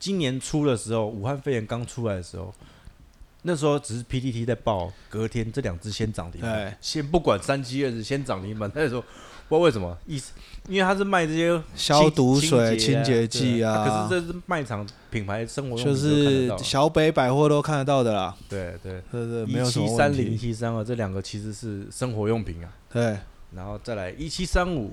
今年初的时候，武汉肺炎刚出来的时候，那时候只是 PTT 在报，隔天这两只先涨停
对
板，先不管三七二十，先涨停板。那时候不知道为什么，意思因为他是卖这些
消毒
清
水、
清
清洁剂
啊对
啊
可，是这是卖场品牌生活用
就
品都看得
是
到
小北百货都看得到的啦，
对对，
对对，没
一
有什
七
么
三
问
零、一
题。
七三二这两个其实是生活用品啊，
对，
然后再来一七三五。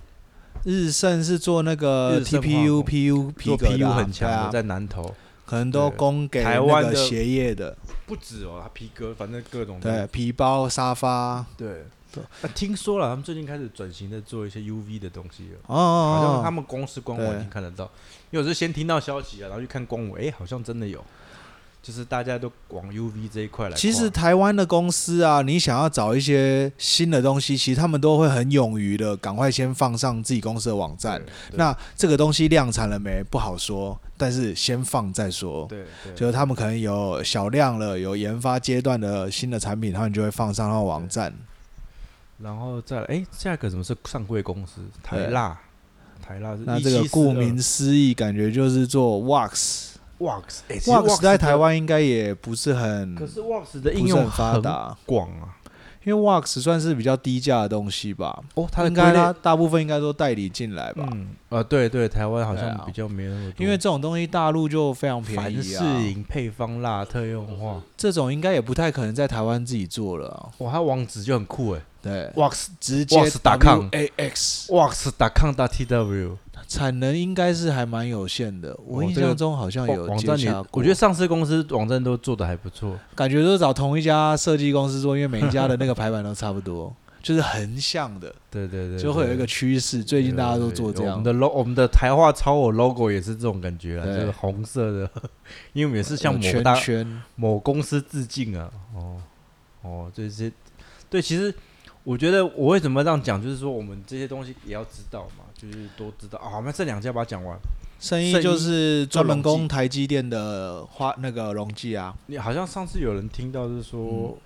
日盛是做那个
日盛化
TPU、
工
PU 皮
做
革
PU
的啊，
很强
对
的，
啊，
在南投
可能都
对
供给
台湾
那个
的
鞋业的，
不止哦，他皮革反正各种
对，皮包、沙发，
对
对。
那听说了，他们最近开始转型在做一些 UV 的东西了，
哦哦，
好
哦
像他们公司官网
对
已经看得到。因为我是先听到消息啊，然后去看官网，哎，好像真的有，就是大家都往 UV 这一块来跨。
其实台湾的公司啊，你想要找一些新的东西，其实他们都会很勇于的，赶快先放上自己公司的网站
对。
那这个东西量产了没不好说，但是先放再说。
对对
就是他们可能有小量了，有研发阶段的新的产品，他们就会放上到网站。
然后再来，哎，下一个什么是上柜公司？台
对
蜡，台蜡是
那这个顾名思义，感觉就是做 wax。
wax，哎
wax 在台，
其实
湾应该也不是很
的可是 wax 的应
不是
用
很发达，
广啊。
因为 wax 算是比较低价的东西吧。
哦，它的
应该
归类
它大部分应该都代理进来吧。
嗯，啊，对对，台湾好
对
像
啊
比较没那么多，
因为这种东西大陆就非常便
凡
宜
士
啊，
林配方蜡特用化，
这种应该也不太可能在台湾自己做了、啊。
哇，它网址就很酷哎
对，
，wax
直接
Wax 打抗
A X
wax com tw
产能应该是还蛮有限的，我印象中好像有
哦网
接
站
洽
也
过，，
我觉得上市公司网站都做的还不错，
感觉都找同一家设计公司做，因为每一家的那个排版都差不
*laughs*
多，就是横向的，
对对对，
就会有一个趋势。最近大家都做这
我
样
们，的 logo，我们的台化超我 logo 也是这种感觉啊，
对
就是红色的， *laughs* 因为我们也是向
有
某
圈
大
圈，
某公司致敬啊！哦哦，这些对，其实我觉得我为什么这样讲，就是说我们这些东西也要知道嘛，就是都知道啊。那这两家把它讲完，
生意
圣衣
就是专门
做
供
溶
台积电的花那个溶剂啊，
你好像上次有人听到就是
嗯
说，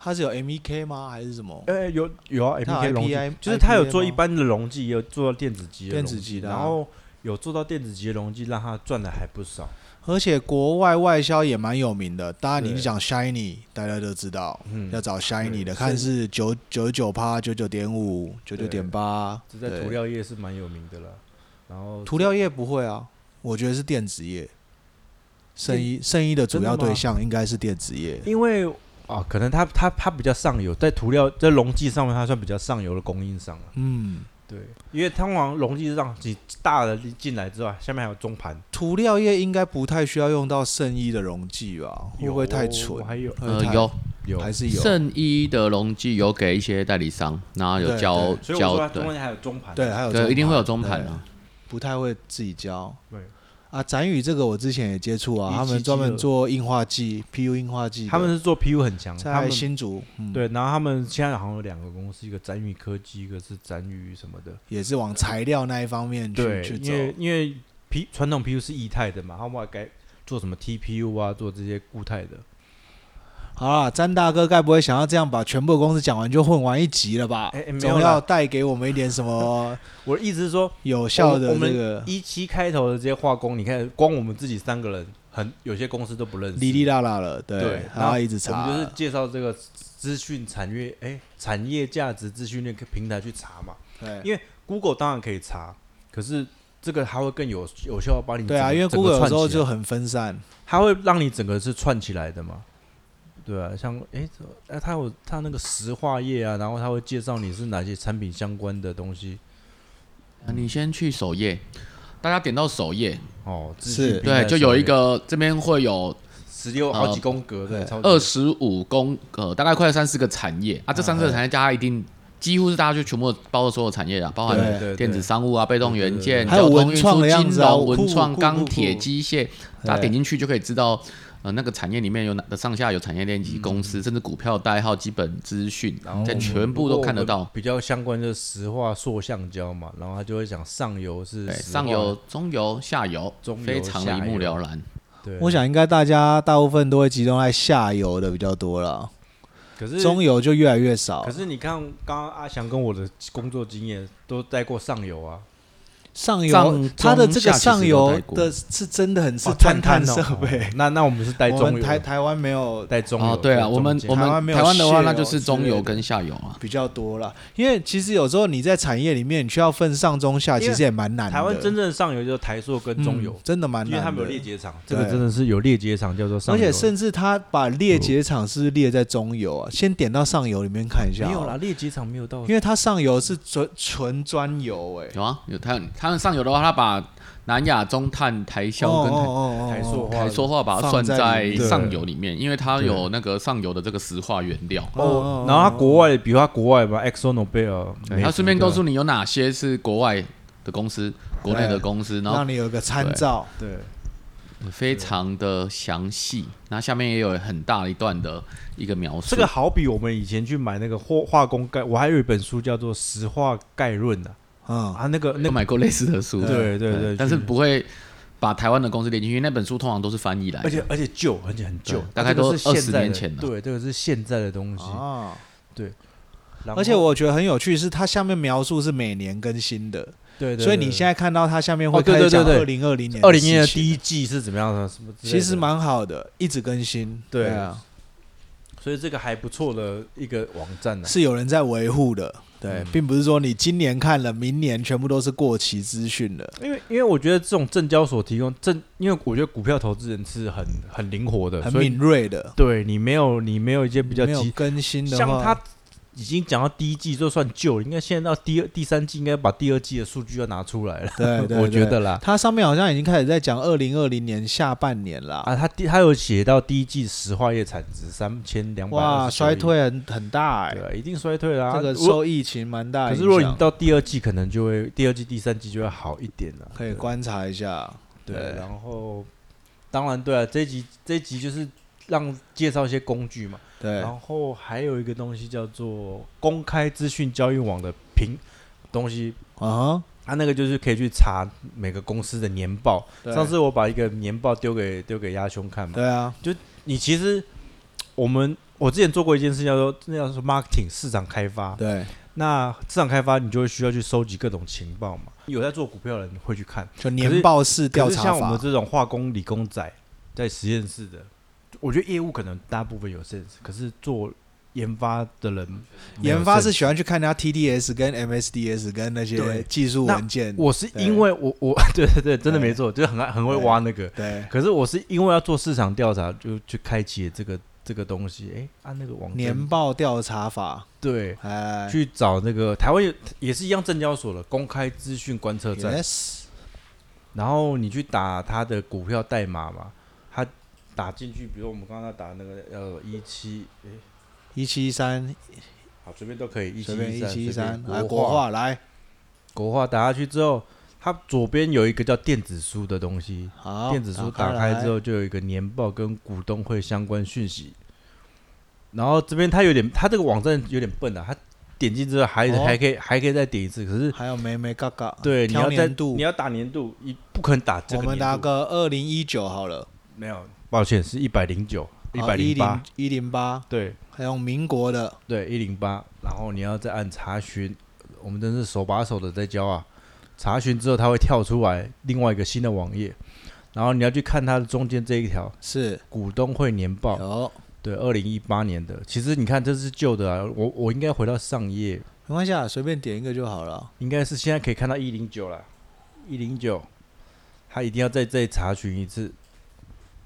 它是有 M E K 吗？还是什么？
呃、有有啊
它
，MK
IPI
容器
IPA，
就是他有做
吗
一般的容器，也有做到电子级的
电
容
子
器
级的
然
啊
后有做到电子级的容器，让他赚的还不少。
而且国外外销也蛮有名的，当然你
对
去讲 Shiny，大家都知道，
嗯
要，找 Shiny 的，
对
看是九九九趴、九九点五、九九
对
点八。
这在涂
对
料业是蛮有名的啦。然后
涂料业不会啊，我觉得是电子业，圣衣圣衣的主要
真的吗
对象应该是电子业。
因为啊，可能它它它比较上游，在涂料在溶剂上面，它算比较上游的供应商了。
嗯，
对，因为通常溶剂是让你大的进来之外，下面还有中盘，
涂料业应该不太需要用到圣衣的溶剂吧？会不会太
有
蠢？
还有
会不
呃
会，太
有
有，
还是有。
圣衣的溶剂有给一些代理商，然后有
对
交
所以我说它
交
中
对
间还有中盘。
对，还有中
对，一定会有
盘
中盘
对
啊。
不太会自己教。
对
啊，展宇这个我之前也接触啊，
一
他们
级
专门
的
做硬化剂，PU 硬化剂的，
他们是做 PU 很强，他
在
们
新竹，嗯，，
对，然后他们现在好像有两个公司，一个展宇科技，一个是展宇什么的。
也是往材料那一方面去
对
嗯去，走
因。为因为 P 传统 PU 是液态的嘛，他们后来改做什么 TPU 啊，做这些固态的。
好啦，詹大哥该不会想要这样把全部的公司讲完就混完一集了吧？
哎哎没有
总
啦
要带给我们一点什
*laughs*
么
我的意思是说，
有效的
我们
这个
一期开头的这些化工，你看光我们自己三个人，很有些公司都不认识。
哩哩啦啦了，对
对，
然后一直查
我，们就是介绍这个资讯产业，哎，产业价值资讯链平台去查嘛。
对
因为 Google 当然可以查，可是这个它会更有有效地把你
对啊，
整
因为
整个
Google 有时候
串起来
就很分散，
它会让你整个是串起来的嘛。对啊，像哎，这哎、它有它那个石化业啊，然后它会介绍你是哪些产品相关的东西
啊你先去首页，大家点到首页，
哦。资
是
讯平台
对，就有一
上
个这边会有
面十六好几宫格，
对
对，超级
二十五公呃，大概快三十个产业啊，这三十个产业加一定几乎是大家就全部包括所有产业了，包含
对对
电子商务啊、被动元件、
还有
交通
文
运
创
输、
的样
金
子啊
融、
酷
文创、
酷
钢
酷
铁、
酷
机械，大家
对
点进去就可以知道。呃，那个产业里面有哪个上下游产业链及公司，甚至股票代号、基本资讯
然后，
在
哦
我们
全部都看得
如果我
到
们。比较相关就是石化塑橡胶嘛，然后他就会讲上游是
对，
啊
石化
上游、中游、下游，
中游
非常的一目了然。
对，
我想应该大家大部分都会集中在下游的比较多了，
可是
中游就越来越少
可。是你看，刚刚阿翔跟我的工作经验都待过上游啊，
上游
上
它的
中
这个
下其实
上
都
游
待过
的是真的很是
哦
探
探
探
哦
设备，
那那我们是 *laughs* 待
我
中
们
游，
台台湾没有
待中游。
哦，对
待
啊，
中
我们
间
我们
台湾没有
台湾的话，
蟹
那就
哦
是
之
中
类
游
的
跟下游啊。
比较多了，因为其实有时候你在产业里面，你需要分上中下，
因为
其实也蛮难的。
台湾真正上游就是台塑跟中游
嗯，真的蛮难
因
的，
为他们有裂结厂，这
对
个真的是有裂结厂叫做上
而
游，
且甚至他把裂结厂是不是列在中游啊，先点到上游里面看一下。
嗯
哦
没有啦，，裂结厂没有到
因为它上游是纯纯专油哎、
有啊，有他他们上游的话，他把南亚中碳、台销跟台
哦
台塑化
台
的
塑化把它
放
算
在
在
里
面
上游里面，因为它
对
有那个上游的这个石化原料。
哦，然后他国外的，比如他国外吧，Exxon Mobil，美
它
孚
顺便告
的
诉你有哪些是国外的公司、国内的公司，然后
让你有个参照。
对
非常的详细。然后下面也有很大一段的一个描述。
这个好比我们以前去买那个化化工概，我还有一本书叫做《石化概论》呢，
嗯，
啊，那个那
有买过类似的书，
对对对
但是
就是
不会把台湾的公司列进去，因为那本书通常都是翻译来的
而。且而且旧，而且很旧
对，大概都
这个是现在的
20年前了
对，这个是现在的东西。
啊，
然后
而且我觉得很有趣，是它下面描述是每年更新的，
对，
所以你现在看到它下面
哦
会
对
开始
对
讲
对对
二零二零年
二零年的
事情
第一季是怎么样的？什么之类的？
其实蛮好的，一直更新。
对
啊，
所以这个还不错的一个网站啊呢。
啊是有人在维护的。对，
嗯
并不是说你今年看了，明年全部都是过期资讯了。
因为因为我觉得这种证交所提供证，因为我觉得股票投资人是很很灵活的，
很
所
敏
以
锐的，
对你没有你没有一些比较
没有
急，
更新的
像
话，
他已经讲到第一季就算旧，应该现在到第二第三季应该把第二季的数据要拿出来了。 *laughs*
对对
我觉
对
得啦。
它上面好像已经开始在讲二零二零年下半年啦。
啊，他第他有写到第一季石化业产值三千两百，
哇，衰，退很很大哎、
对啊，一定衰退啦。
这个
如果
受疫情蛮大
可
影
是
响。
如果你到第二季，可能就会第二季、第三季就会好一点了。
可以观察一下，
对，
对
然后当然对啊，这一集这一集就是让介绍一些工具嘛，
对，
然后还有一个东西叫做公开资讯交易网的平东西，
啊
它那个就是可以去查每个公司的年报。
对
上次我把一个年报丢给丢给鸭兄看嘛，
对啊，
你其实我们我之前做过一件事情叫做那叫做 marketing 市场开发，
对，
那市场开发你就会需要去收集各种情报嘛，有在做股票的人会去看。
就年报式调
可是
查
像我们
法，
这种化工理工仔，在实验室的，我觉得业务可能大部分有 sense，可是做研发的人没有
研发是
sense
喜欢去看人家 TDS 跟 MSDS 跟那些
对
技术文件，
我是因为我我 *laughs* 对对对，真的没错，就是很爱很会挖那个。
对
可是我是因为要做市场调查，就去开启了这个这个东西。哎，按、那个网站
年报调查法，
对，
哎
去找那个台湾也也是一样证交所的公开资讯观测站，
，yes，
然后你去打它的股票代码嘛，它打进去，比如我们刚刚打那个呃一七，哎，
一七三，
好随便都可以，一
随
七
便
一
一七一三，来
国
国画来
国画打下去之后，它左边有一个叫电子书的东西，
好，
电子书打开之
来
后就有一个年报跟股东会相关讯息，然后这边它有点，它这个网站有点笨啊，它点进之后还、
哦
还可以还可以再点一次，可是
还有梅梅嘎嘎，
对你
挑
要再
年度
你，要打年度，你不可能打这
我
个
们
年
打
度，
个二零一九好了，
没有，抱歉，是一百零九、一百零八，
哦一零八，
对
还有民国的，
对，一零八。然后你要再按查询，我们真是手把手的在教啊。查询之后，它会跳出来另外一个新的网页，然后你要去看它的中间这一条
是
股东会年报，
有，
对，二零一八年的。其实你看，这是旧的啊，我我应该回到上一页，
没关系啊，随便点一个就好了。
应该是现在可以看到一零九了，一零九，他一定要再再查询一次，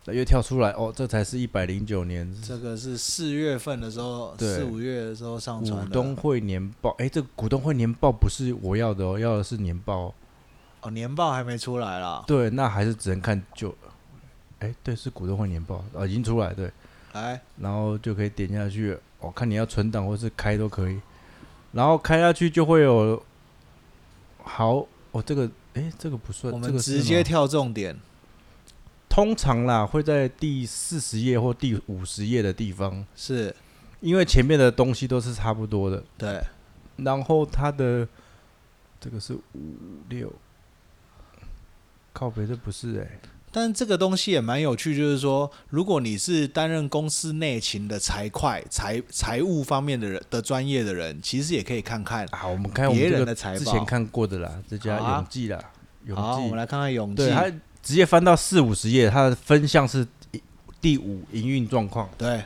又跳出来哦，这才是一百零九年
这个是四月份的时候，
对
四五月的时候上
股
传的
东会年报。哎，这个股东会年报不是我要的哦，要的是年报哦、
哦，年报还没出来啦。
对，那还是只能看旧。哎，对，是股东会年报啊、已经出来对，
来，
然后就可以点下去，哦，看你要存档或是开都可以，然后开下去就会有好，哦，这个哎，这个不算，
我
这
们
个是
直接
吗
跳重点。
通常啦，会在第四十页或第五十页的地方，
是，
因为前面的东西都是差不多的。
对，
然后它的这个是五六，靠北这不是哎、
但这个东西也蛮有趣，就是说，如果你是担任公司内勤的财会、财财务方面的人的专业的人，其实也可以看看
啊，我们看我
别
们
人
这
的
个
财报。
之前看过的啦，这家
好啊
永记啦，永
好，我
记
们，来看看永记
对，。它直接翻到四五十页，它的分项是一第五营运状况
对，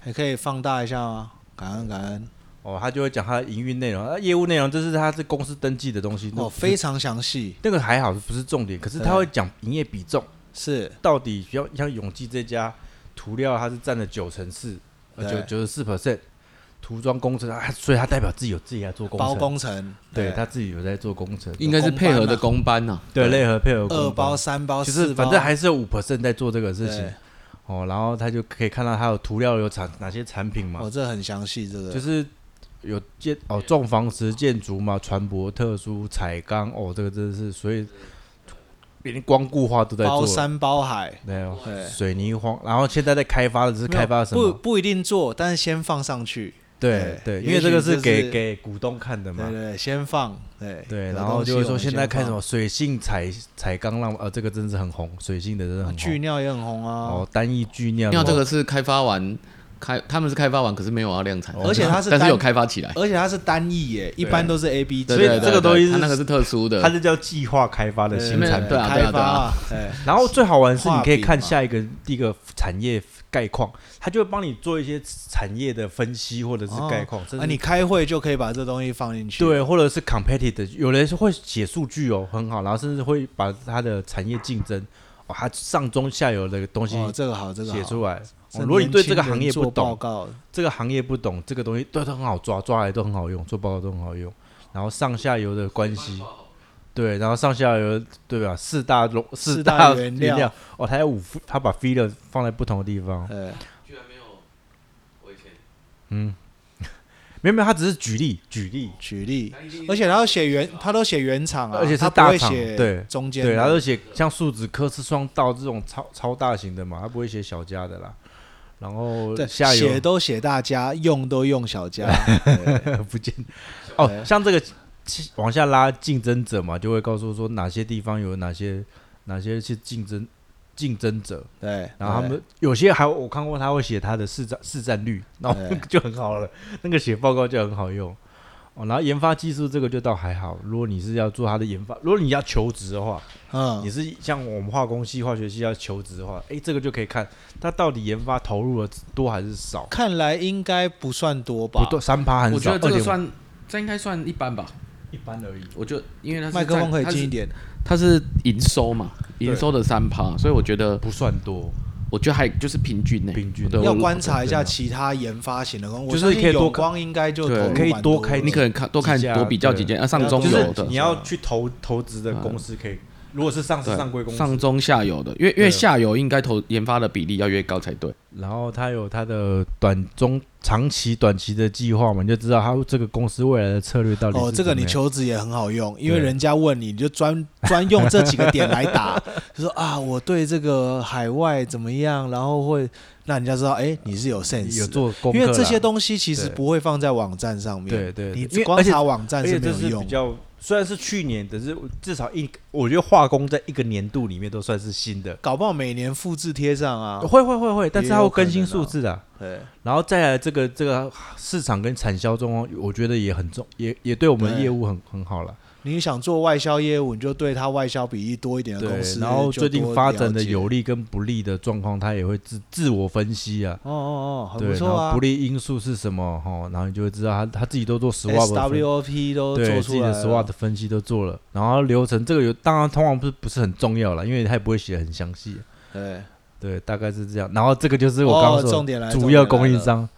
还可以放大一下吗？感恩感恩
哦，它就会讲它的营运内容，啊，业务内容这是它是公司登记的东西，那
哦，
不是
非常详细，
那个还好，不是重点，可是它
对
会讲营业比重。
是
到底要像永记这家涂料，它是占了九成四，呃
对
九九十四 percent，涂装工程啊，所以它代表自己有自己在做工
包
程，
工程，
对他自己有在做工程，
应该是配合的公
啊
班啊呐、
对内核配合
二
工
包、
包，
三包、
其
四
实
包，
反正还是有五 percent 在做这个事情
哦对
哦，然后他就可以看到他有涂料有产哪些产品嘛
哦，，这很详细，这个
就是。有建哦，重房石建筑嘛，船舶、特殊、彩钢哦，这个真的是，所以连光固化都在做
包
了，
山包海，
没有
对
水泥荒，然后现在在开发的只是开发什
没有
么？
不不一定做，但是先放上去，
对
对
对，因为这个
也
是
许
给、
就是
给股东看的
对
嘛。
对，先放，对
对，
有
然
东
后
西
就会
我
说
们
现在
先
开什
放啊
么水性彩彩钢浪，呃，这个真是很红，水性的真的
啊
很
巨
红。
尿也很红啊，
哦，单一巨酿，
尿这个是开发完开，他们是开发完，可是没有要量产，
而且它是
但是
单
有开发起来。
而且它是单一耶，一般都是 A B
对
所以
对对
这个
对
东西是
它那个是特殊的
它，是叫计划开发的新
对
产品。
对啊
开
啊对
发
啊
啊，对
然后最好玩的是，你可
画
以
饼
看
嘛
下一个第一个产业概况，它就会帮你做一些产业的分析或者是概况，甚
啊，
至
你开会就可以把这东西放进去，
对，或者是 competitive，有人是会写数据哦，很好，然后甚至会把它的产业竞争，哦，它上中下游的东西
哦，这个好，这个好
写出来。
这
哦如果你对这个
年轻人
行业不
做报
懂，
告，
这个行业不懂，这个东西对都很好抓，抓来都很好用，做报告都很好用。然后上下游的关系，对，然后上下游对吧？四大龙
四大
大
原料
料哦，它有五，它把 feeder 放在不同的地方，
对，
居然没有我以前，
嗯，没有没有，它只是举例举例，
举例，而且他要写原，他都写原厂啊，
而且是
他不会
大厂
写
对
中间的，
对，他就写像数值科是双道这种超超大型的嘛，他不会写小家的啦。然后
对
下
写
游
都写大家，用都用小家，对
不见哦，像这个其往下拉竞争者嘛，就会告诉说哪些地方有哪些哪些是竞争竞争者，
对，
然后他
对
们有些还我看过他会写他的市占市占率，
哎
那
对
就很好了，那个写报告就很好用。哦，然后研发技术这个就倒还好，如果你是要做它的研发，如果你要求职的话，你
嗯，
是像我们化工系、化学系要求职的话，诶，这个就可以看它到底研发投入了多还是少，
看来应该不算多吧
不，多三趴很少，
我觉得这个
2.5
算，这应该算一般吧。
一般而已。
我觉得，因为它是
麦克风可以
占
近一，点，
它是它是营收嘛，营收的三趴，所以我觉得，
不算多，
我觉得还就是平均呢、
平均
对
要
我
观察一
我
下
我
其他研发型的工，我
就
相
是
信
可以多
永
看
光应该就
对
投入
可以
蛮
多
多
看
的
你可能看多看
几家
多比较几
对
间，啊，上中
就
都
游
是
的
你要去投投资的公司可以，如果是上市
对
上柜公
上
司，
中下游的，因为因为
对
下游应该投研发的比例要越高才对。
然后它有它的短中长期短期的计划嘛，你就知道它这个公司未来的策略到底是
哦，这个
怎么
你
样
求职也很好用，因为
对
人家问你，你就专 *laughs* 专用这几个点来打，就说啊，我对这个海外怎么样，然后会让人家知道，哎，你是有 sense，
有
的
做功课
因
啦，
为这些东西其实
对
不会放在网站上面，
对对对
你
因为
光
而且
查网站
而
是
且
没
这
有
是
用
比
的。
较，虽然是去年，但是至少一，我觉得化工在一个年度里面都算是新的。
搞不好每年复制贴上啊，
会会会会，但是它
也有
会
可能
更新数
啊
字的、
对，
然后再来这个这个市场跟产销中哦，我觉得也很重，也也对我们的
对
业务很很好了。
你想做外销业务，你就对它外销比例多一点的
对
公司，，
然后
就
最近
多
发
了
展的
解
有利跟不利的状况，它也会自自我分析啊。
哦哦哦，很
对，
不
然
错
后
啊
不利因素是什么？哦，然后你就会知道他他自己都做 SWOT 分析
，SWOP 都
对
做
自己
出
的
来
SWOT
了，
的分析都做了，然后流程这个有，当然通常不是不是很重要了，因为他也不会写得很详细。
对，
对，大概是这样。然后这个就是我刚刚
哦
说
重点来
的主要供
重点
应，
来了
商，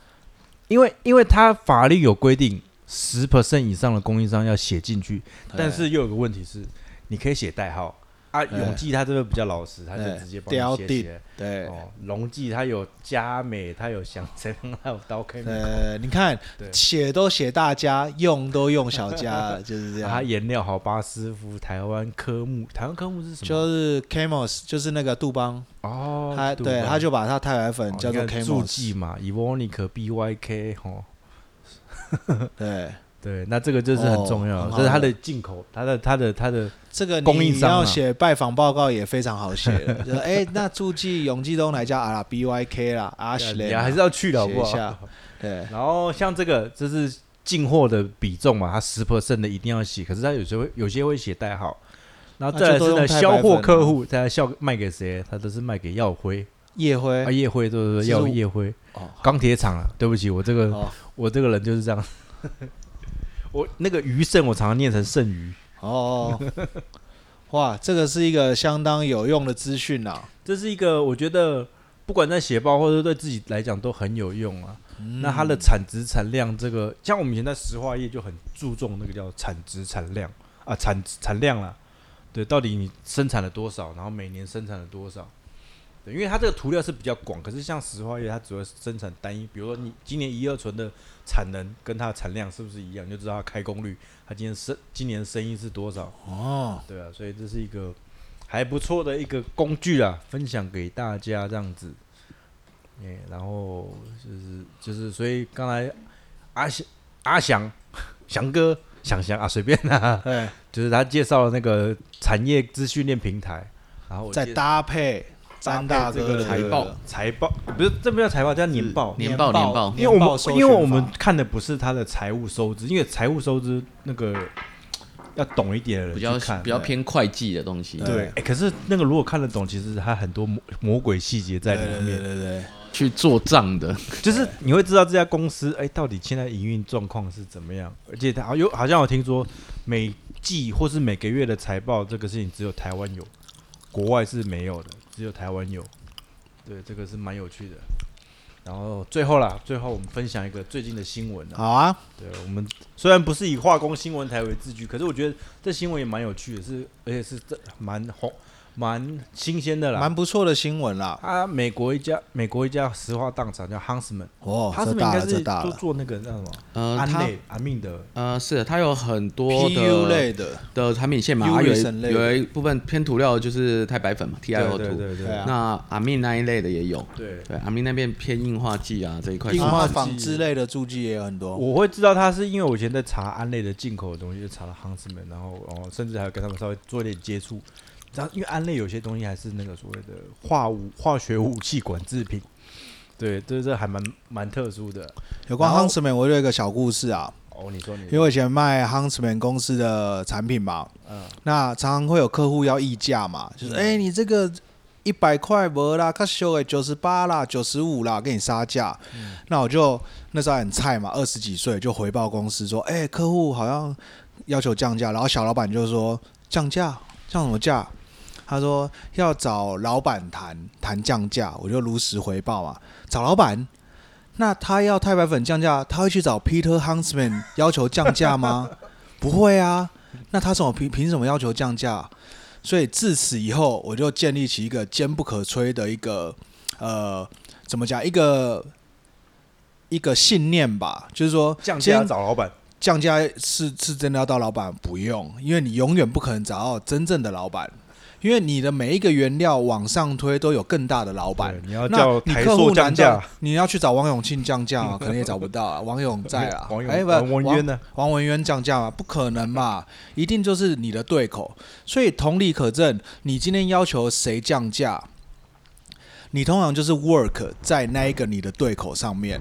因为因为他法律有规定，十 percent 以上的供应商要写进去，
哎
但是又有个问题是，你可以写代号啊。
对
永记他这个比较老实，他就
对
直接帮你
标
写
定
起来。
对。对
哦，龙记它有佳美，它有祥珍，它有刀 K，
呃，你看
对
写都写大家，用都用小
*laughs*
家了，就是这
它
样。
颜料好巴师傅，台湾科目，台湾科目是什么？
就是 Camos，就是那个杜邦，
哦，
他对
吧
他就把他太白粉
哦
叫做
你看助
Camos，
记嘛，Evonik BYK 哦，
对，
对，那这个就是很重
哦
要，
很好
这是它的进口，它的它的它的
这个
供应
你
商啊
要写拜访报告也非常好写了，就是哎，那助记永济东来叫啊啦 BYK 啦，阿西
你
雷
还是要去的好不
写一下
好？
对
*laughs* 然后像这个，这是进货的比重嘛，它十 percent 的一定要写，可是它有时候会有些会写代号，然后再来
那就都
是呢，
用太白
销货
粉
客户，再来销卖给谁？它都是卖给耀辉
叶辉
啊，叶辉对对对，
哎其实
耀
我
耀辉
哦
钢铁厂啊，对不起，我这个
哦
我这个人就是这样， *laughs* 我那个余剩我常常念成剩余，
哦，哦哇，这个是一个相当有用的资讯啦。
这是一个我觉得不管在写报或者对自己来讲都很有用啊。那它的
嗯
产值产量这个，像我们以前在石化业就很注重那个叫产值产量啊，产产量啦，对，到底你生产了多少，然后每年生产了多少。对，因为它这个涂料是比较广，可是像石化业，它主要是生产单一，比如说你今年一二醇的产能跟它的产量是不是一样，你就知道它开工率，它今年生今年生意是多少。
哦，
对啊，所以这是一个还不错的一个工具啊，分享给大家这样子。哎、然后就是就是，所以刚才阿翔阿翔翔哥翔翔啊，随便啊，
对，
就是他介绍了那个产业资讯链平台，然后我
再
介
搭配詹大哥的
搭配
这个财报
财报不是这不叫财报，叫年报。
年报年报
因为我们
收
因为
讯
我们
法
看的不是他的财务收支，因为财务收支那个要懂一点的人
比较
去看
比较
对
偏会计的东西。
对，哎、可是那个如果看得懂，其实它很多魔魔鬼细节在
对
里
对
面，
对对对，
去做账的，
就是你会知道这家公司哎、到底现在营运状况是怎么样，而且它好有好像我听说每季或是每个月的财报这个事情只有台湾有，国外是没有的，只有台湾有，对，这个是蛮有趣的。然后最后啦，最后我们分享一个最近的新闻啊，
好啊，
对我们虽然不是以化工新闻台为自居，可是我觉得这新闻也蛮有趣的，是而且是这蛮红、蛮新鲜的啦，
蛮不错的新闻啦。
啊，美国一家美国一家石化大厂叫 Huntsman，
哦，
他
这
是应
大
该
了，这
是
大
都
了嗯
做那个那什么
呃，
安
它
类安命的，
呃是它有很多
，PU
的
类的，
的产品线嘛，它
Ureason
有一
类的
有一部分偏涂料就是钛白粉嘛
对
，TiO2。
对对
对啊
那阿密那一类的也有，
对，
对，阿密那边偏硬化剂啊这一块是，
硬
化
化
剂
纺织类的助剂也有很多。
我会知道他是因为我以前在查安类的进口的东西，就查了 Huntsman，然后然后甚至还有跟他们稍微做一点接触，然后因为安类有些东西还是那个所谓的化武化学武器管制品，对，这这还蛮蛮特殊的。
有关
然后
Huntsman，我有一个小故事啊，
哦，你说你
因为我以前卖 Huntsman 公司的产品嘛，
嗯
那常常会有客户要议价嘛，就是
嗯
哎、你这个一百块没啦，他修诶九十八啦，九十五啦，给你杀价。
嗯
那我就那时候还很菜嘛，二十几岁就回报公司说，哎、客户好像要求降价，然后小老板就说降价，降什么价？他说要找老板谈谈降价，我就如实回报嘛，找老板。那他要太白粉降价，他会去找 Peter Huntsman 要求降价
*laughs*
吗？不会啊，那他怎么凭凭什么要求降价？所以自此以后，我就建立起一个坚不可摧的一个呃，怎么讲？一个一个信念吧，就是说，
降
今
价
天
找老板，
降价是是真的要到老板不用，因为你永远不可能找到真正的老板，因为你的每一个原料往上推都有更大的老板
对，，你要
那
叫
你
台
客
塑
户
降
难道
价，
你要去找王永庆降
*laughs*
价吗？可能也找不到啊。王永在啊，
王永
哎不
王文渊呢？
王文渊降价吗？不可能嘛，一定就是你的对口。所以同理可证，你今天要求谁降价，你通常就是 work 在那一个你的对口上面，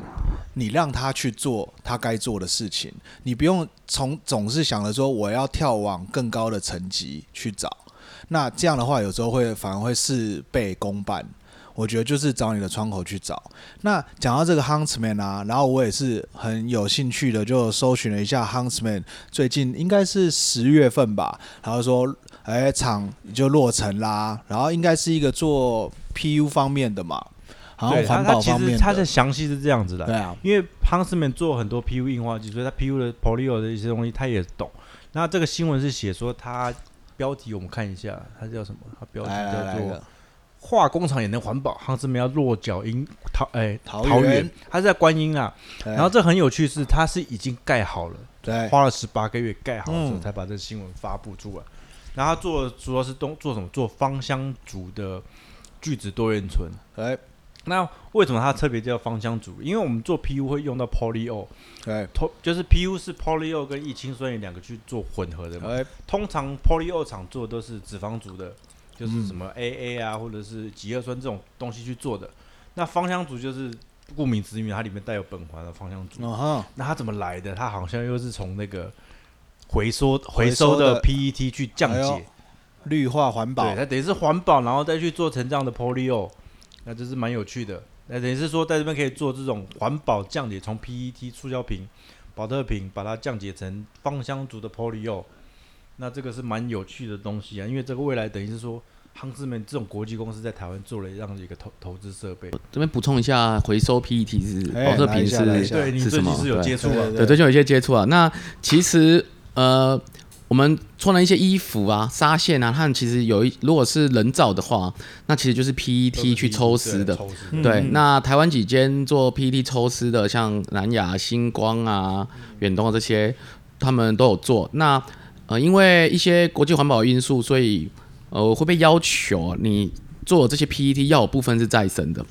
你让他去做他该做的事情，你不用从总是想着说我要跳往更高的层级去找。那这样的话，有时候会反而会事倍功半。我觉得就是找你的窗口去找。那讲到这个 Huntsman 啊，然后我也是很有兴趣的，就搜寻了一下 Huntsman，最近应该是十月份吧，然后说，哎，厂就落成啦，然后应该是一个做 PU 方面的嘛，然后
对它
环
它
保
其
方
实
面
它的
的，
详细是这样子的
对，啊，
因为 h u n s m a n 做很多 PU 硬化剂，所以他 PU 的 Polio 的一些东西他也懂。那这个新闻是写说他标题我们看一下，它叫什么？它标题
啊来来
叫
来
做
来，
“化工厂也能环保”，h u n s m a n 要落脚英桃哎
桃
桃
园哎
园，他是在观音啦。
对
然后这很有趣是，它是已经盖好了，
对
花了十八个月盖好了之后
哎嗯
才把这个新闻发布出来。然后他做的主要是东做什么？做芳香族的聚酯多元醇。
对
那为什么它特别叫芳香族？因为我们做 PU 会用到 Polio。
对
通就是 PU 是 polio 跟异氢酸盐两个去做混合的嘛。
对，
通常 polio 厂做的都是脂肪族的，
嗯
就是什么 AA 啊，或者是己二酸这种东西去做的。那芳香族就是顾名思义，它里面带有苯环的芳香族。
嗯哼，
那它怎么来的？它好像又是从那个回收
回
回
收
收
的
的 PET 去降
哎
解，
呦绿化环保
对，，它等于是环保，然后再去做成这样的 polio，那这是蛮有趣的。那等于是说，在这边可以做这种环保降解，从 E PET 塑胶瓶、保特瓶把它降解成芳香族的 polio，那这个是蛮有趣的东西啊。因为这个未来等于是说，亨氏们这种国际公司在台湾做了这样的一个投投资设备。
这边补充一下，回收 PET 是哦
哎
保特
来一
瓶
下来一
是
下
对你
是
最
什么
近？是有
对
接触啊？
对，最近有一些接触啊。那其实呃，我们穿的一些衣服啊、纱线啊，它们其实有一，如果是人造的话，那其实就是 PET 去 E 抽丝的。
抽丝
嗯
对，那台湾几间做 PET 抽丝的，像南亚、星光啊、远东啊这些，他们都有做。那呃，因为一些国际环保因素，所以呃会被要求你做这些 PET 要有部分是再生的。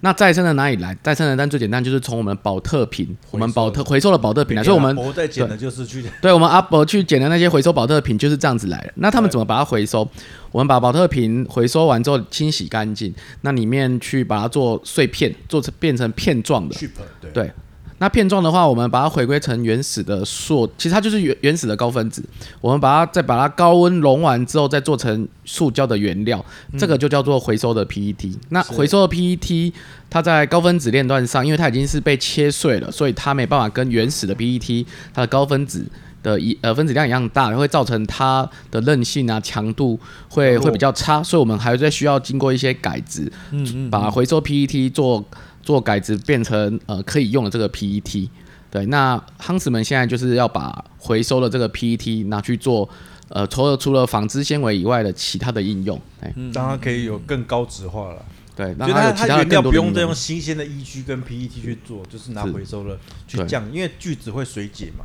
那再生的哪里来？再生的但最简单就是从我们的保特瓶，我们保特回收的保特瓶来，啊所以我们
我在捡的就是去
对我们阿伯去捡的那些回收保特瓶就是这样子来的。那他们怎么把它回收？我们把保特瓶回收完之后清洗干净，那里面去把它做碎片，做成变成片状的。
去本对
对那片状的话，我们把它回归成原始的塑，其实它就是原原始的高分子。我们把它再把它高温溶完之后，再做成塑胶的原料，这个就叫做回收的 PET。那
是
回收的 E PET，它在高分子链段上，因为它已经是被切碎了，所以它没办法跟原始的 PET 它的高分子。的一呃分子量一样大，会造成它的韧性啊强度
哦
会会比较差，所以我们还在需要经过一些改质，
嗯嗯，
把回收 PET 做做改制变成呃可以用的这个 PET。对，那夯实们现在就是要把回收的这个 PET 拿去做呃，除了除了纺织纤维以外的其他的应用。哎，
让它可以有更高值化了。
对，
就
让
是它
它有其
嗯它
他
原
更
料
多
不
的
用
应
再
用
用。新鲜的 EG 跟 PET 去做，就是拿
是
回收了去
对
降，因为聚酯会水解嘛。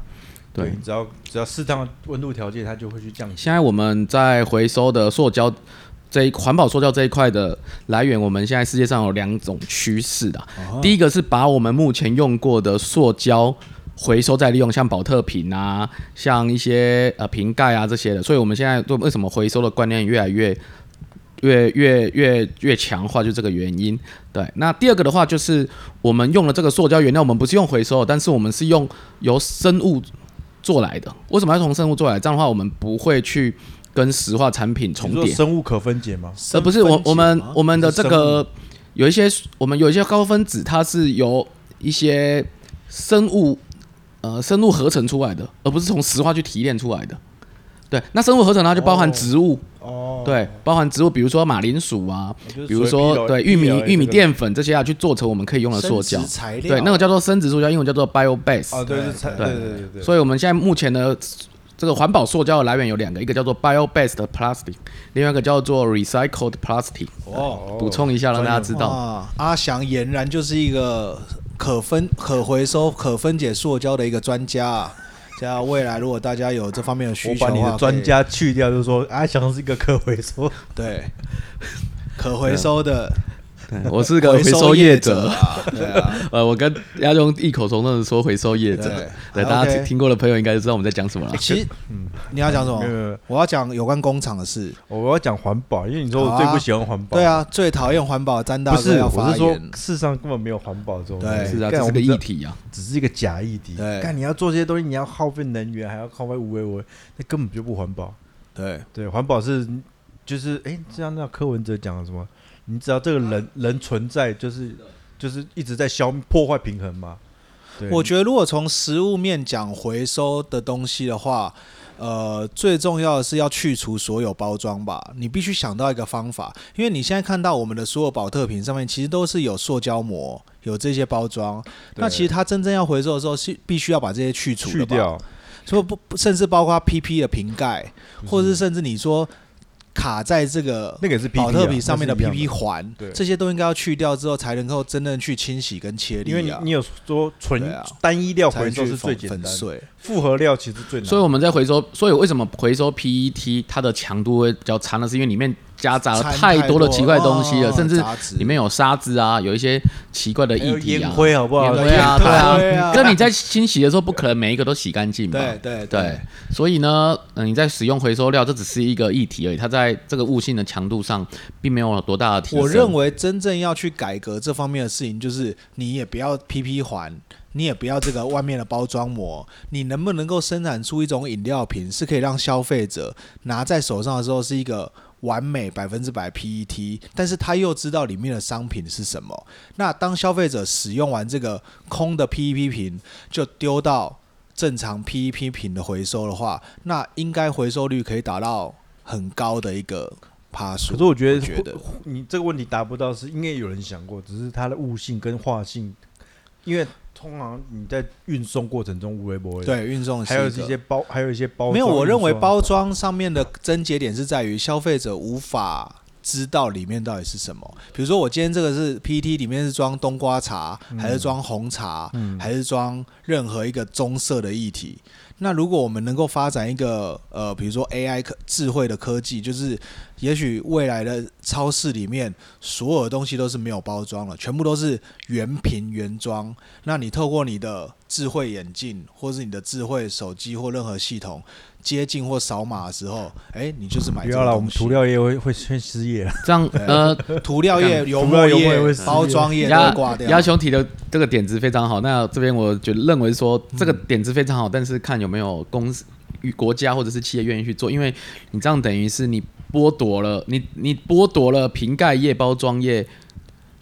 对
你只要只要适当的温度条件，它就会去降解。
现在我们在回收的塑胶这一环保塑胶这一块的来源，我们现在世界上有两种趋势的。第一个是把我们目前用过的塑胶回收再利用，像保特瓶啊，像一些呃瓶盖啊这些的。所以我们现在做为什么回收的观念越来越越越越越强化，就这个原因。对，那第二个的话就是我们用了这个塑胶原料，我们不是用回收的，但是我们是用由生物做来的。为什么要从生物做来？这样的话，我们不会去跟石化产品
你
重
说
叠。
生物可分解吗？
呃，不是我我们我们的这
是生
个有一些我们有一些高分子，它是由一些生物呃生物合成出来的，而不是从石化去提炼出来的。对，那生物合成它就包含
哦
植物，
哦，
对，包含植物，比如说马铃薯啊，
就是
比如
所谓
说
PLA
对玉米
PLA 这个
玉米淀粉这些啊，去做成我们可以用的塑胶
生殖。材料，
对，那个叫做生殖塑胶，英文叫做 bio base。
啊，对是产
对
对对对对。
所以我们现在目前的这个环保塑胶的来源有两个，一个叫做 bio-based plastic，另外一个叫做 recycled plastic。
哦
补充一下，让大家知道。
啊，阿翔俨然就是一个可分、可回收、可分解塑胶的一个专家、啊。像未来如果大家有这方面的需
我
求
把
的
你
话，
的专家去掉，就说阿翔是一个可回
*laughs*
收。
哦
可以对 *laughs* 可回收的
对我是个回收业
业
者，
啊，对啊，
*laughs* 呃，我跟要用异口同声的说回收业者
对，
对，
还
大家
OK
听过的朋友应该就知道我们在讲什么了
欸。其实你要讲什
没有没
么？
有没有
我要讲有关工厂的事。
我要讲环保，因为你说我最不喜欢环保。
对，啊，最讨厌环保，詹大
不
哥
是，
要
我
发
是说
言。
世上根本没有环保这种东
对
西。
是啊，
哎干我
这是个
们
议题啊。
只是一个假议题。
对
但你要做这些东西，你要耗费能源，还要耗费无为我，那根本就不环保。
对
对，环保是就是哎，这样那柯文哲讲的什么？你只要这个
啊
人人存在，就是就是一直在消破坏平衡嘛。对，
我觉得如果从实物面讲回收的东西的话，呃，最重要的是要去除所有包装吧。你必须想到一个方法，因为你现在看到我们的所有保特瓶上面其实都是有塑胶膜，有这些包装。那其实它真正要回收的时候，是必须要把这些去除
去
的吧
掉，
所以不不甚至包括 PP 的瓶盖，或者是甚至你说卡在这个
嗯那个也是 PP 啊
保特瓶上面的
那是一
PP
样
环
对，
这些都应该要去掉之后，才能够真正去清洗跟切
的因为
粒
你
啊
你。有说纯
对啊
单一料
才
回
能
收
去
是最
粉
简单
粉
的，
碎，
复合料其实最难。
所以我们在回收，所以为什么回收 PET 它的强度会比较长呢？是因为里面夹杂了
掺
啊太多的奇怪东西了，
哦
甚至
杂质
里面有沙子啊，有一些奇怪的
还有
液体
哎烟
啊。
灰好不好？
对啊，
对啊
对
对
啊 *laughs*
啊。
那你在清洗的时候，不可能每一个都洗干净吧？
对对
对，所以呢，嗯，你在使用回收料，这只是一个议题而已，它在这个物性的强度上，并没有多大的提升。
我认为真正要去改革这方面的事情，就是你也不要 PP 环，你也不要这个外面的包装膜，你能不能够生产出一种饮料瓶，是可以让消费者拿在手上的时候是一个完美百分之百 PET，但是他又知道里面的商品是什么。那当消费者使用完这个空的 PET 瓶，就丢到正常 PET 瓶的回收的话，那应该回收率可以达到很高的一个趴数。
可是我觉得，
我觉得
你这个问题达不到，是应该有人想过，只是它的悟性跟化性，因为通常你在运送过程中无微不微，，
对，运送
还有
是
一
个
些包，还有一些包装运送啊，
没有，我认为包装上面的症结点是在于消费者无法知道里面到底是什么。比如说，我今天这个是 PET，里面是装冬瓜茶，
嗯
还是装红茶，还是装任何一个棕色的液体？那如果我们能够发展一个呃，比如说 AI 科智慧的科技，就是也许未来的超市里面所有的东西都是没有包装了，全部都是原瓶原装。那你透过你的智慧眼镜，或是你的智慧手机或任何系统接近或扫码的时候，哎、你就是买
不
这
要
个
了，我
东
们
西。
涂料业会会先失业啊了，
这样，呃，
涂料
干
液、油
涂料
墨
油墨啊
液
也会死、
包装液都
鸭
会挂掉。
鸭兄提的这个点子非常好。那这边我觉得认为说这个点子非常好，但是看有没有公司、与国家或者是企业愿意去做，因为你这样等于是你剥夺了你你剥夺了瓶盖业、包装业，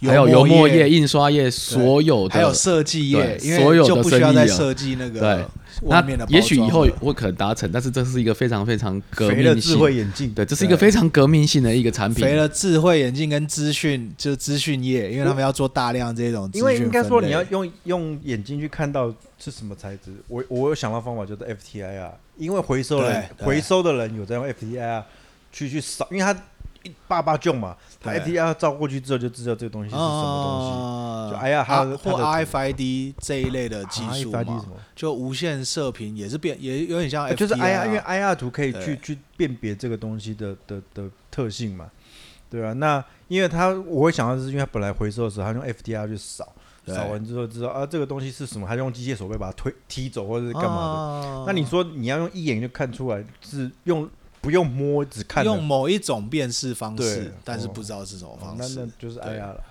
还有油墨
液
业、印刷业所有的，
还有设计业，
对
因为
所有的
就不需要
生意
再
啊
设计那
对
个外
那
面的包装了。
也许以后会可能达成，但是这是一个非常非常革
肥了
命
智
性，
慧眼镜，啊
对，这是一个非常革命性的一个产品。
肥了智慧眼镜跟资讯，就是资讯业，因为他们要做大量这种资讯分
因
类。
为应该说你要用用眼睛去看到是什么材质，我我有想到方法就是 FTI 啊，因为回收人
对对
回收的人有在用 FTI 啊，去去扫，因为他一爸爸就嘛，他
对哦
FTI 要照过去之后就知道这个东西是什么
啊
就哎呀它的啊
或
它的
RFID 这一类的
东
技
西。
术
RFID
嘛
什，么？
就无线射频也是变，也有点像 FTI 啊、
就是 IR，因为 IR 图可以
对
去去辨别这个东西的的的特性嘛，对啊，那因为它我会想到，是因为它本来回收的时候，它用 FTR 去扫，
对
扫完之后知道啊这个东西是什么，它用机械手背把它推踢走或者是干嘛
啊
的。那你说你要用一眼就看出来，是用不用摸只看的
用某一种辨识方式
对，
但是
哦
不知道是什么
哦
方
那
式。
那就是呃
对
IR 了。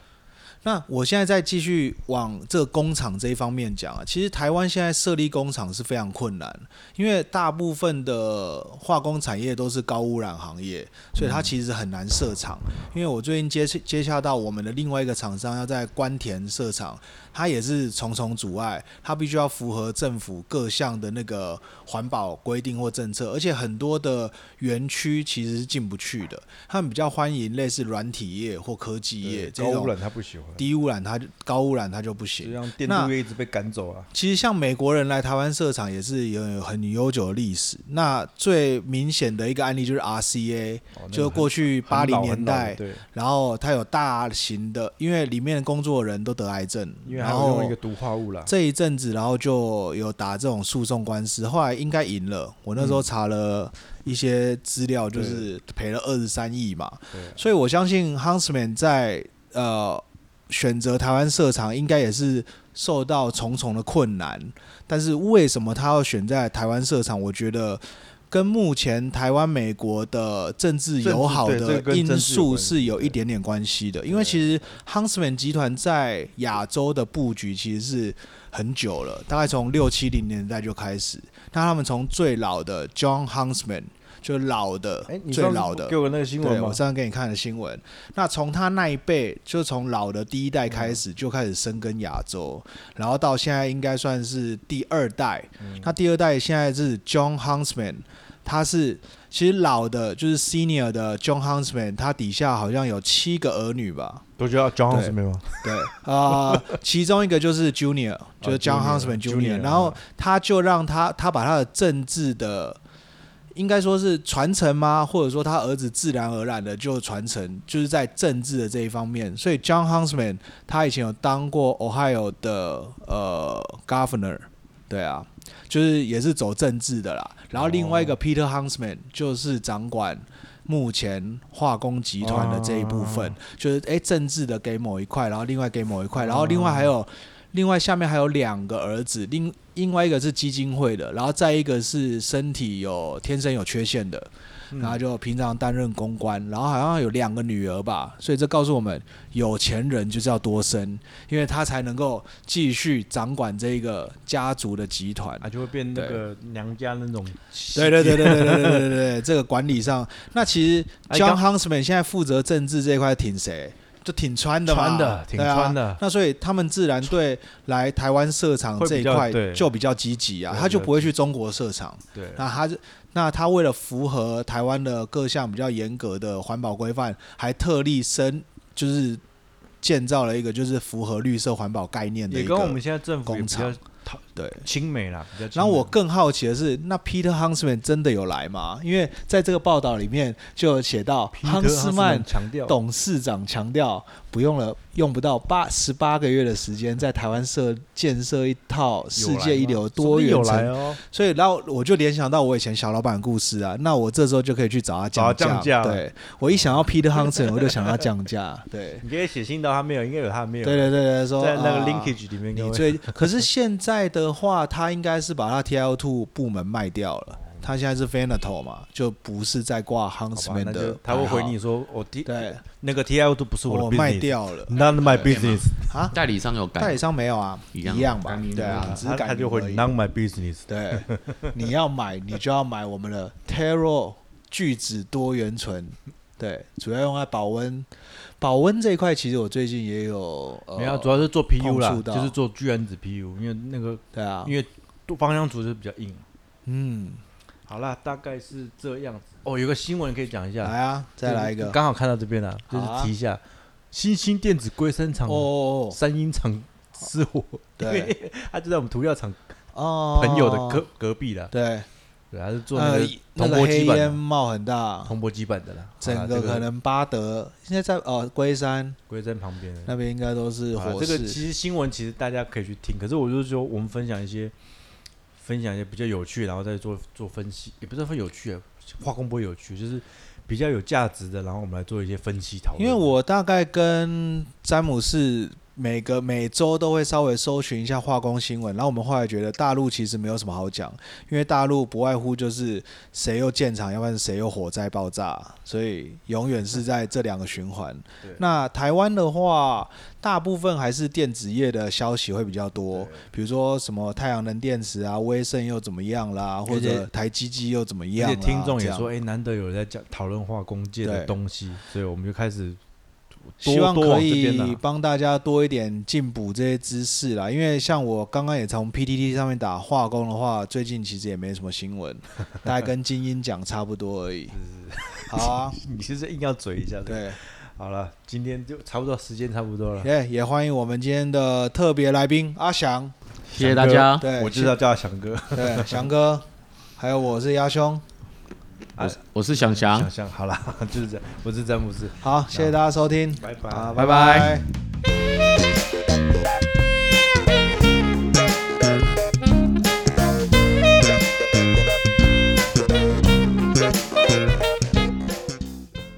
那我现在再继续往这个工厂这一方面讲啊，其实台湾现在设立工厂是非常困难，因为大部分的化工产业都是高污染行业，所以它其实很难设厂。因为我最近接接洽到我们的另外一个厂商要在关田设厂，它也是重重阻碍，它必须要符合政府各项的那个环保规定或政策，而且很多的园区其实是进不去的，他们比较欢迎类似软体业或科技业
对
这
高
种
污染他不喜欢，
低污染它就高污染它就不
就
行。
让电
那
镀业一直被赶走啊。
其实像美国人来台湾设厂也是有有很悠久的历史。那最明显的一个案例就是 RCA，
哦那
就是
个
过去
很
八零
老很
年
老
代，
对，
然后它有大型的，因为里面的工作人都得癌症，
因为还
然
有用
后
一个毒化物啦。
这一阵子，然后就有打这种诉讼官司，后来应该赢了。我那时候查了一些资料，就是赔了二十三亿嘛。
对啊
所以我相信 Huntsman 在呃选择台湾设厂，应该也是受到重重的困难。但是为什么他要选在台湾设厂？我觉得跟目前台湾、美国的政治友好
政治对
的
这个跟
因
政治有
素
关系
是有一点点关系的。因为其实 Huntsman 集团在亚洲的布局其实是很久了，大概从六七零年代就开始。那他们从最老的 John Huntsman。就老的
哎，，你
最
上次
老的，
给我那个新
对
闻吗
我？上次给你看的新闻，那从他那一辈，就从老的第一代开始，就开始深耕亚洲，然后到现在应该算是第二代。
嗯
那第二代现在是 John Huntsman，他是其实老的，就是 senior 的 John Huntsman，他底下好像有七个儿女吧？
都叫 John
对
是没吗？
对， *laughs* 啊，其中一个就是 Junior，就是 John
啊 Junior，
Huntsman
Junior，
Junior，然后
嗯
他就让他他把他的政治的。应该说是传承吗？或者说他儿子自然而然的就传承，就是在政治的这一方面。所以 John Huntsman 他以前有当过 Ohio 的呃 Governor，对啊，就是也是走政治的啦。然后另外一个 Peter Huntsman 就是掌管目前化工集团的这一部分，
哦
就是诶政治的给某一块，然后另外给某一块，然后另外还有。另外下面还有两个儿子，另另外一个是基金会的，然后再一个是身体有天生有缺陷的，然后就平常担任公关，然后好像有两个女儿吧，所以这告诉我们，有钱人就是要多生，因为他才能够继续掌管这个家族的集团。
啊，就会变那个娘家那种。
对对对对对对对对对对，这个管理上，那其实
哎刚
John Huntsman 现在负责政治这一块挺谁？就挺川的嘛，
川的挺
对啊
川的
那所以他们自然对来台湾设厂
会比
这一
较
块
对
就比较积极啊，
对
他就不会去中国设厂。
对，
那他就那他为了符合台湾的各项比较严格的环保规范，还特例生就是建造了一个就是符合绿色环保概念的
也
一
跟
个
我们现在政府也
工
比较
厂对。
亲美啦，比较亲
然后我
美
更好奇的是，那 Peter Huntsman 真的有来吗？因为在这个报道里面就有写到，
皮
亨
特
斯
斯
曼
曼强调，
董事长强调，不用了，用不到八十八个月的时间，在台湾设建设一套世界一流多元
有来
城。
哦，
所以，然后我就联想到我以前小老板的故事啊，那我这时候就可以去找他
找
降
他降价
对我一想到 Peter Huntsman，我就想要降价。对，
你可以写信到他没有，应该有他 *laughs* 没有，
对对对对，说
在那个
啊
linkage 里面
你
应该会，
最
*laughs*
可是现在的话，他应该是把他 TL Two 部门卖掉了，他现在是 Fanato 嘛，就不是在挂
好吧
Huntsman
那就
的。
他会回你，说，我 T
对，
那个 T L 都不是
我
的 business，
卖掉
*laughs*
了
None of my business，
啊，
代理商有
代
改
理，商没有啊，
一样
吧，对啊，只是
他
改
他就
名
回
而已
None of my business，
对， *laughs* 你要买你就要买我们的 Taro 聚酯多元醇，对，主要用在保温，保温这一块其实我最近也有，呃
没有，啊主要是做 P U 啦
碰，触到
就是做聚氨酯 P U，因为那个
对啊，
因为芳香族就是比较硬。
嗯，
好啦，大概是这样子。哦，有个新闻可以讲一下，
来啊，再来一个，
刚好看到这边了，就
好
是
啊
提一下新兴电子龟山厂
哦哦哦，
三鹰厂失火，因
对
为 *laughs* 他就在我们涂料厂
哦，
朋友的隔隔壁啦，
对，
对，他是做那
呃
个
那
铜
个
箔
黑烟
基板的，
冒很大，
铜箔基板的啦，
整
好啦
个
这
可能巴德现在在哦龟山
龟山旁边的
那边应该都是
好啦
火
啊这个
势，
其实新闻其实大家可以去听，可是我就是说我们分享一些分享一些比较有趣，然后再做做分析，也不是说有趣啊，化工不会有趣，就是比较有价值的，然后我们来做一些分析讨论。
因为我大概跟詹姆士。每个每周都会稍微搜寻一下化工新闻，然后我们后来觉得大陆其实没有什么好讲，因为大陆不外乎就是谁又建厂，要不然谁又火灾爆炸，所以永远是在这两个循环
对。
那台湾的话，大部分还是电子业的消息会比较多，比如说什么太阳能电池啊，威盛又怎么样啦，或
而
者
且
台积机又怎么
而
样啦啊
且听众也
这样
说，哎、难得有人在讲讨论化工界
对
的东西，所以我们就
*laughs*
开始多
希望
多
可
往这边啦
以帮大家多一点进补这些知识啦。因为像我刚刚也从 PTT 上面打化工的话，最近其实也没什么新
*laughs*
闻，大概跟精英讲差不多而已。好啊，
*laughs* 你其实硬要嘴一下的。
对，
好了，今天就差不多，时间差不多了。
也、也欢迎我们今天的特别来宾阿翔，
谢谢大家，
对，
我知道叫他翔哥，啊 *laughs*
对，翔哥，还有我是鸭兄。
我是我是想翔
*laughs* 想。象好了，就是这样，我是詹姆斯，
好，谢谢大家收听，
拜拜。
啊，
拜
拜
拜